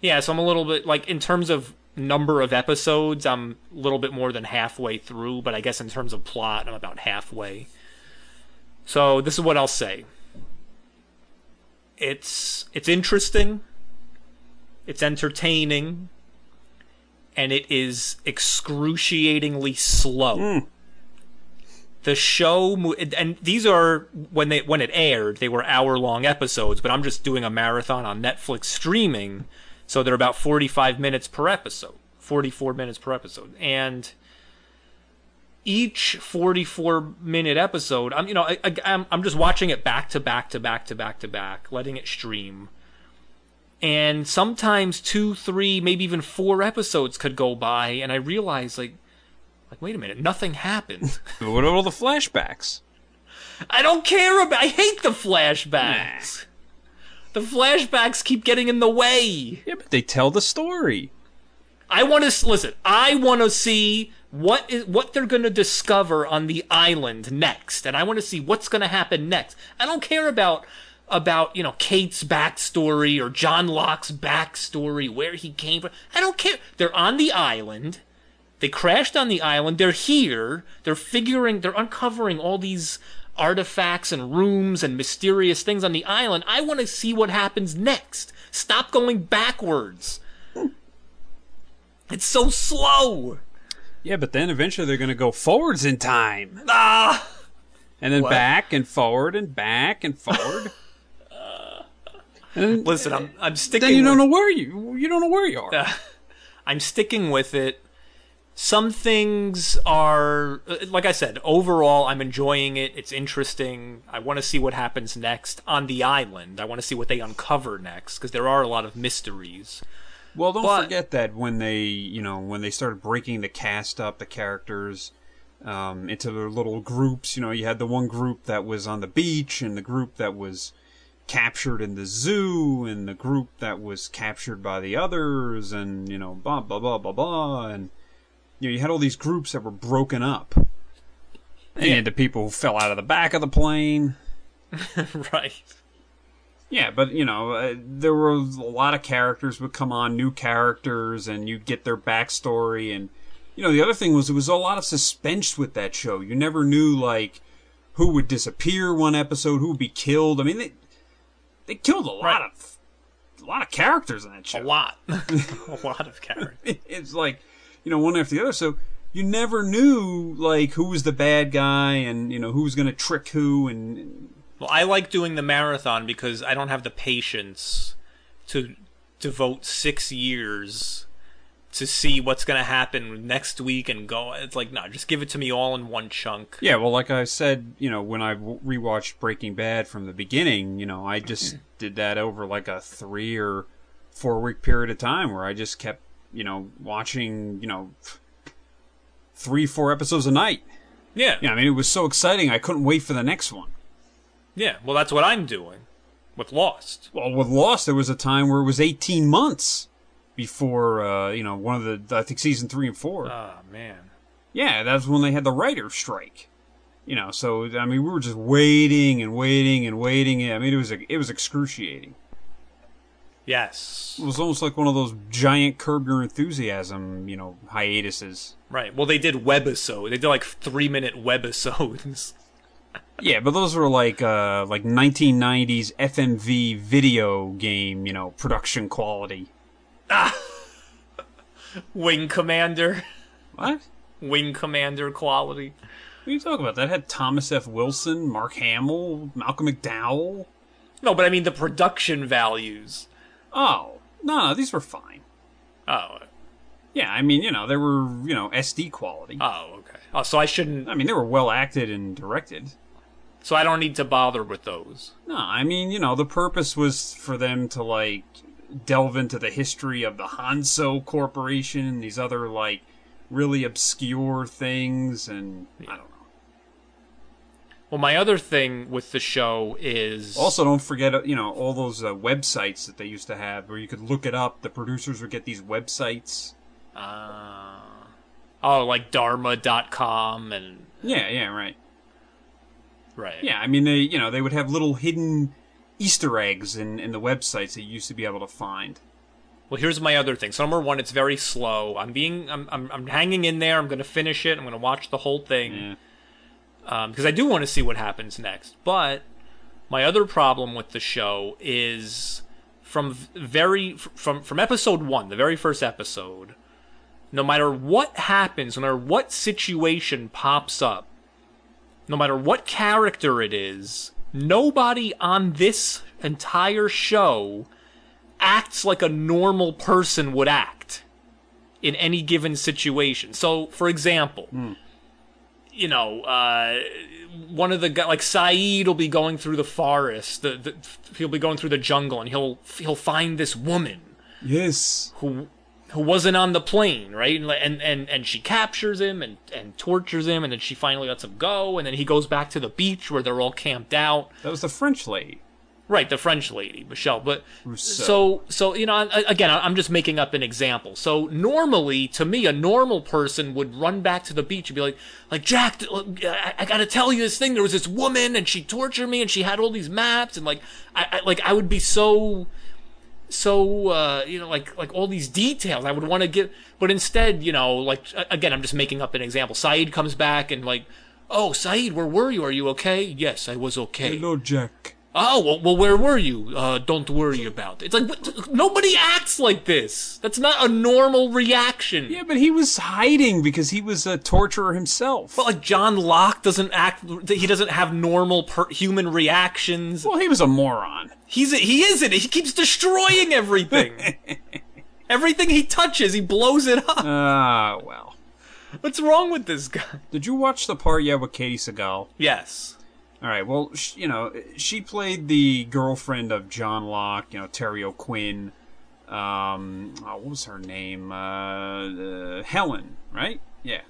[SPEAKER 3] Yeah, so I'm a little bit like in terms of number of episodes, I'm a little bit more than halfway through, but I guess in terms of plot, I'm about halfway. So this is what I'll say. It's it's interesting. It's entertaining. And it is excruciatingly slow. The show mo- and- and these are when they when it aired, they were hour long episodes, but I'm just doing a marathon on Netflix streaming. So they're about 45 minutes per episode, 44 minutes per episode. And each 44 minute episode, I'm, you know, I, I, I'm, I'm just watching it back to back to back to back to back, letting it stream. And sometimes two, three, maybe even four episodes could go by. And I realize like, like, wait a minute, nothing happened.
[SPEAKER 4] But What are all the flashbacks?
[SPEAKER 3] I don't care about. I hate the flashbacks. The flashbacks keep getting in the way.
[SPEAKER 4] Yeah, but they tell the story.
[SPEAKER 3] I want to listen. I want to see what is what they're going to discover on the island next, and I want to see what's going to happen next. I don't care about about you know Kate's backstory or John Locke's backstory, where he came from. I don't care. They're on the island. They crashed on the island. They're here. They're figuring. They're uncovering all these artifacts and rooms and mysterious things on the island. I want to see what happens next. Stop going backwards. It's so slow.
[SPEAKER 4] Yeah, but then eventually they're going to go forwards in time.
[SPEAKER 3] Ah.
[SPEAKER 4] And then back and forward and back and forward. and then,
[SPEAKER 3] Listen, I'm I'm sticking.
[SPEAKER 4] then you don't
[SPEAKER 3] with,
[SPEAKER 4] know where you you don't know where you are.
[SPEAKER 3] I'm sticking with it. Some things are, uh, like I said, overall, I'm enjoying it. It's interesting. I want to see what happens next on the island. I want to see what they uncover next because there are a lot of mysteries.
[SPEAKER 4] Well, don't
[SPEAKER 3] But-
[SPEAKER 4] forget that when they, you know, when they started breaking the cast up, the characters um, into their little groups. You know, you had the one group that was on the beach, and the group that was captured in the zoo, and the group that was captured by the others, and you know, blah blah blah blah blah, and you know, you had all these groups that were broken up. And you had the people who fell out of the back of the plane.
[SPEAKER 3] right.
[SPEAKER 4] Yeah, but you know, uh, there were a lot of characters would come on, new characters, and you'd get their backstory. And you know, the other thing was there was a lot of suspense with that show. You never knew like who would disappear one episode, who would be killed. I mean, they they killed a lot
[SPEAKER 3] Right.
[SPEAKER 4] of a lot of characters in that show.
[SPEAKER 3] A lot. a lot of characters.
[SPEAKER 4] It's like you know, one after the other. So you never knew like who was the bad guy, and you know who was going to trick who, and
[SPEAKER 3] Well, I like doing the marathon because I don't have the patience to devote six years to see what's going to happen next week and go. It's like, no, just give it to me all in one chunk.
[SPEAKER 4] Yeah, well, like I said, you know, when I w- rewatched Breaking Bad from the beginning, you know, I just did that over like a three or four week period of time where I just kept, you know, watching, you know, three, four episodes a night.
[SPEAKER 3] Yeah.
[SPEAKER 4] You know, I mean, it was so exciting, I couldn't wait for the next one.
[SPEAKER 3] Yeah. Well, that's what I'm doing with Lost.
[SPEAKER 4] Well, with Lost, there was a time where it was 18 months before, uh, you know, one of the, I think season three and four.
[SPEAKER 3] Oh, man.
[SPEAKER 4] Yeah, that's when they had the writer strike. You know, so I mean, we were just waiting and waiting and waiting. I mean, it was it was excruciating.
[SPEAKER 3] Yes.
[SPEAKER 4] It was almost like one of those giant curb your enthusiasm, you know, hiatuses.
[SPEAKER 3] Right. Well, they did webisode. They did like three minute webisodes.
[SPEAKER 4] Yeah, but those were like uh like 1990s FMV video game, you know, production quality.
[SPEAKER 3] Wing Commander.
[SPEAKER 4] What?
[SPEAKER 3] Wing Commander quality.
[SPEAKER 4] What are you talking about? That had Thomas F. Wilson, Mark Hamill, Malcolm McDowell.
[SPEAKER 3] No, but I mean the production values.
[SPEAKER 4] Oh, no, no, these were fine.
[SPEAKER 3] Oh.
[SPEAKER 4] Yeah, I mean, you know, they were, you know, SD quality.
[SPEAKER 3] Oh, okay. Oh, so I shouldn't
[SPEAKER 4] I mean, they were well acted and directed.
[SPEAKER 3] so I don't need to bother with those.
[SPEAKER 4] No, I mean, you know, the purpose was for them to, like, delve into the history of the Hanso Corporation and these other, like, really obscure things, and I don't know.
[SPEAKER 3] Well, my other thing with the show is
[SPEAKER 4] Also, don't forget, uh, you know, all those uh, websites that they used to have where you could look it up. The producers would get these websites.
[SPEAKER 3] Uh, oh, like dharma.com and
[SPEAKER 4] Yeah, yeah, right.
[SPEAKER 3] right.
[SPEAKER 4] Yeah, I mean, they, you know, they would have little hidden Easter eggs in, in the websites that you used to be able to find.
[SPEAKER 3] well, here's my other thing. So number one, it's very slow. I'm being, I'm, I'm, I'm hanging in there. I'm gonna finish it. I'm gonna watch the whole thing, because I do want to see what happens next. But my other problem with the show is from v- very from from episode one, the very first episode. No matter what happens, no matter what situation pops up, no matter what character it is, nobody on this entire show acts like a normal person would act in any given situation. So, for example, you know, uh, one of the guy like Saeed will be going through the forest, the, the he'll be going through the jungle, and he'll he'll find this woman
[SPEAKER 4] Yes.
[SPEAKER 3] who who wasn't on the plane, right? And and and, and she captures him and, and tortures him, and then she finally lets him go, and then he goes back to the beach where they're all camped out.
[SPEAKER 4] That was the French lady.
[SPEAKER 3] Right, the French lady, Michelle. But
[SPEAKER 4] Rousseau.
[SPEAKER 3] so so you know, I- again, I- I'm just making up an example. So normally, to me, a normal person would run back to the beach and be like, like Jack, th- look, I, I got to tell you this thing. There was this woman, and she tortured me, and she had all these maps, and like, I, I like I would be so so uh, you know like like all these details i would want to give but instead you know like a- again i'm just making up an example saeed comes back and like oh saeed where were you are you okay yes i was okay
[SPEAKER 4] Jack.
[SPEAKER 3] Oh well, well, where were you? Uh, don't worry about it. It's like what, nobody acts like this. That's not a normal reaction.
[SPEAKER 4] Yeah, but he was hiding because he was a torturer himself.
[SPEAKER 3] But like John Locke doesn't act. He doesn't have normal per- human reactions.
[SPEAKER 4] well, he was a moron.
[SPEAKER 3] He's a, he is it. He keeps destroying everything. everything he touches, he blows it up.
[SPEAKER 4] Ah, well.
[SPEAKER 3] What's wrong with this guy?
[SPEAKER 4] Did you watch the part yet with Katie Seagal?
[SPEAKER 3] Yes.
[SPEAKER 4] All right. Well, sh you know, she played the girlfriend of John Locke. You know, Terry O'Quinn. Um, oh, what was her name? Uh, uh, Helen, right? Yeah.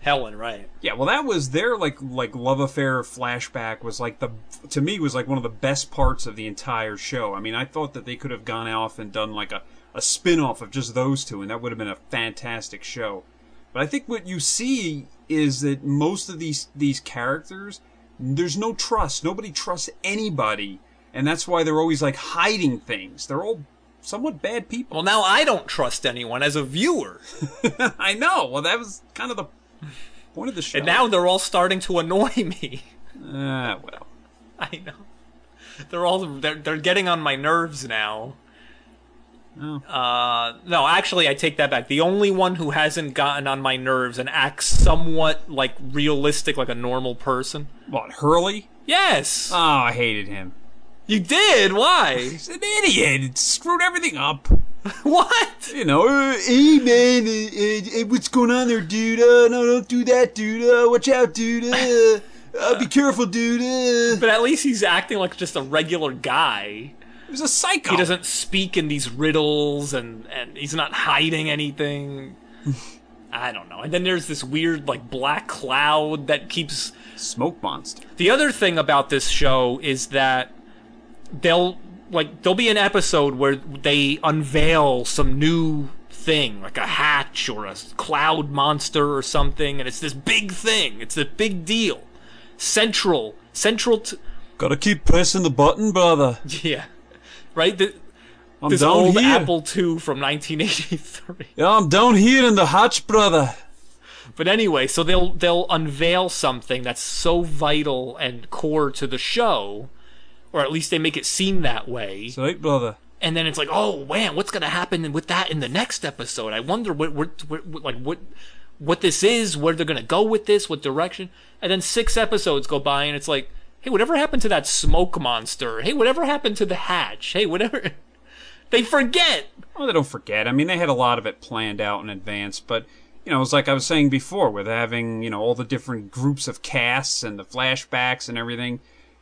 [SPEAKER 3] Helen, right?
[SPEAKER 4] Yeah, well, that was their like like love affair flashback was like the to me was like one of the best parts of the entire show. I mean, I thought that they could have gone off and done like a a spin off of just those two, and that would have been a fantastic show. But I think what you see is that most of these these characters, there's no trust. Nobody trusts anybody, and that's why they're always like hiding things. They're all somewhat bad people.
[SPEAKER 3] Well, now I don't trust anyone as a viewer,
[SPEAKER 4] I know. Well, that was kind of the point of the show.
[SPEAKER 3] and now they're all starting to annoy me.
[SPEAKER 4] ah, well.
[SPEAKER 3] I know. They're all they're they're getting on my nerves now.
[SPEAKER 4] Oh.
[SPEAKER 3] Uh, no, actually, I take that back. The only one who hasn't gotten on my nerves and acts somewhat like realistic, like a normal person.
[SPEAKER 4] What, Hurley?
[SPEAKER 3] Yes,
[SPEAKER 4] Oh, I hated him.
[SPEAKER 3] you did. Why?
[SPEAKER 4] He's an idiot. It screwed everything up.
[SPEAKER 3] what?
[SPEAKER 4] You know, uh, hey man, uh, uh, uh, what's going on there, dude? Uh, no, don't do that, dude. Uh, watch out, dude. Uh, uh, be careful, dude. Uh.
[SPEAKER 3] But at least he's acting like just a regular guy.
[SPEAKER 4] He was a psycho.
[SPEAKER 3] He doesn't speak in these riddles, and and he's not hiding anything. I don't know. And then there's this weird like black cloud that keeps
[SPEAKER 4] smoke monster.
[SPEAKER 3] The other thing about this show is that they'll like there'll be an episode where they unveil some new thing, like a hatch or a cloud monster or something, and it's this big thing. It's a big deal. Central, central. T-
[SPEAKER 4] Gotta keep pressing the button, brother.
[SPEAKER 3] yeah, right. The,
[SPEAKER 4] I'm
[SPEAKER 3] this old Apple II from 1983.
[SPEAKER 4] Yeah, I'm down here in the hatch, brother.
[SPEAKER 3] But anyway, so they'll they'll unveil something that's so vital and core to the show, or at least they make it seem that way.
[SPEAKER 4] right, brother.
[SPEAKER 3] and then it's like, oh man, what's gonna happen with that in the next episode? I wonder what, what, what, what like what, what this is, where they're gonna go with this, what direction. And then six episodes go by, and it's like, hey, whatever happened to that smoke monster? Hey, whatever happened to the hatch? Hey, whatever. they forget.
[SPEAKER 4] Well, they don't forget. I mean, they had a lot of it planned out in advance, but you know, it's like I was saying before, with having you know all the different groups of casts and the flashbacks and everything,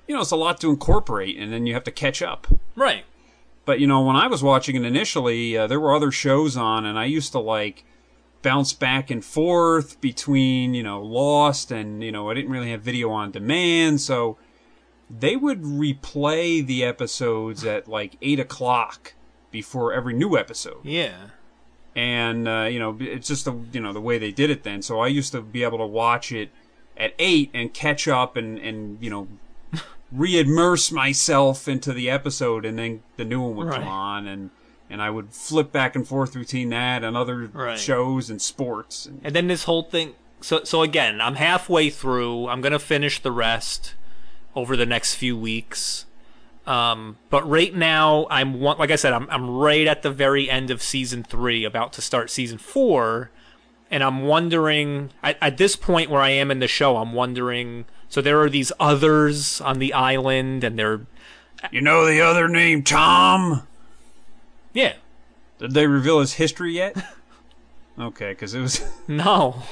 [SPEAKER 4] you know, it's a lot to incorporate, and then you have to catch up.
[SPEAKER 3] Right.
[SPEAKER 4] But you know, when I was watching it initially, uh, there were other shows on, and I used to like bounce back and forth between you know Lost and you know I didn't really have video on demand, so they would replay the episodes at like eight o'clock before every new episode
[SPEAKER 3] Yeah.
[SPEAKER 4] and uh, you know it's just the you know the way they did it then. So I used to be able to watch it at eight and catch up and and you know re-immerse myself into the episode, and then the new one would
[SPEAKER 3] Right.
[SPEAKER 4] come on, and and I would flip back and forth between that and other
[SPEAKER 7] Right.
[SPEAKER 4] shows and sports. And
[SPEAKER 7] And then this whole thing. So, so again, I'm halfway through. I'm gonna finish the rest over the next few weeks. Um, but right now, I'm one, like I said, I'm I'm right at the very end of season three, about to start season four, and I'm wondering at, at this point where I am in the show, I'm wondering. So there are these others on the island, and they're
[SPEAKER 4] you know the other name, Tom.
[SPEAKER 7] yeah,
[SPEAKER 4] Did they reveal his history yet? okay, because it was
[SPEAKER 7] no.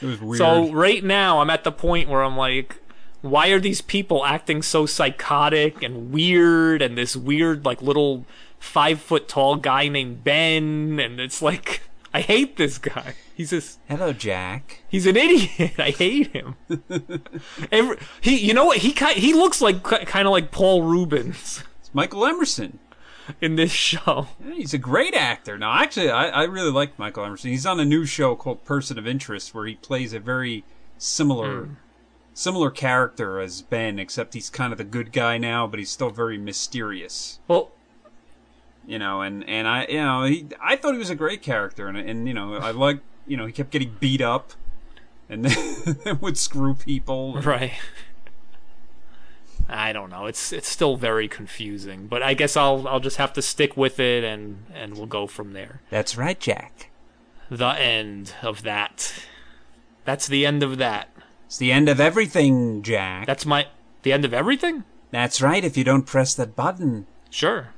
[SPEAKER 4] it was weird.
[SPEAKER 7] So right now, I'm at the point where I'm like, why are these people acting so psychotic and weird? And this weird, like, little five foot tall guy named Ben, and it's like, I hate this guy. He's just,
[SPEAKER 4] hello, Jack.
[SPEAKER 7] he's an idiot. I hate him. Every, he, you know what? He ki- he looks like kind of like Paul Rubens
[SPEAKER 4] It's Michael Emerson.
[SPEAKER 7] in this show.
[SPEAKER 4] Yeah, He's a great actor. No, actually, I, I really like Michael Emerson. He's on a new show called Person of Interest, where he plays a very similar, similar character as Ben, except he's kind of the good guy now, but he's still very mysterious.
[SPEAKER 7] Well,
[SPEAKER 4] You know, and and I, you know, he, I thought he was a great character, and and you know, I like, you know, he kept getting beat up, and then would screw people.
[SPEAKER 7] Right. I don't know. It's it's still very confusing, but I guess I'll I'll just have to stick with it and and we'll go from there.
[SPEAKER 4] That's right, Jack.
[SPEAKER 7] The end of that. That's the end of that.
[SPEAKER 4] It's the end of everything, Jack.
[SPEAKER 7] That's my the end of everything?
[SPEAKER 4] That's right. If you don't press that button,
[SPEAKER 7] Sure.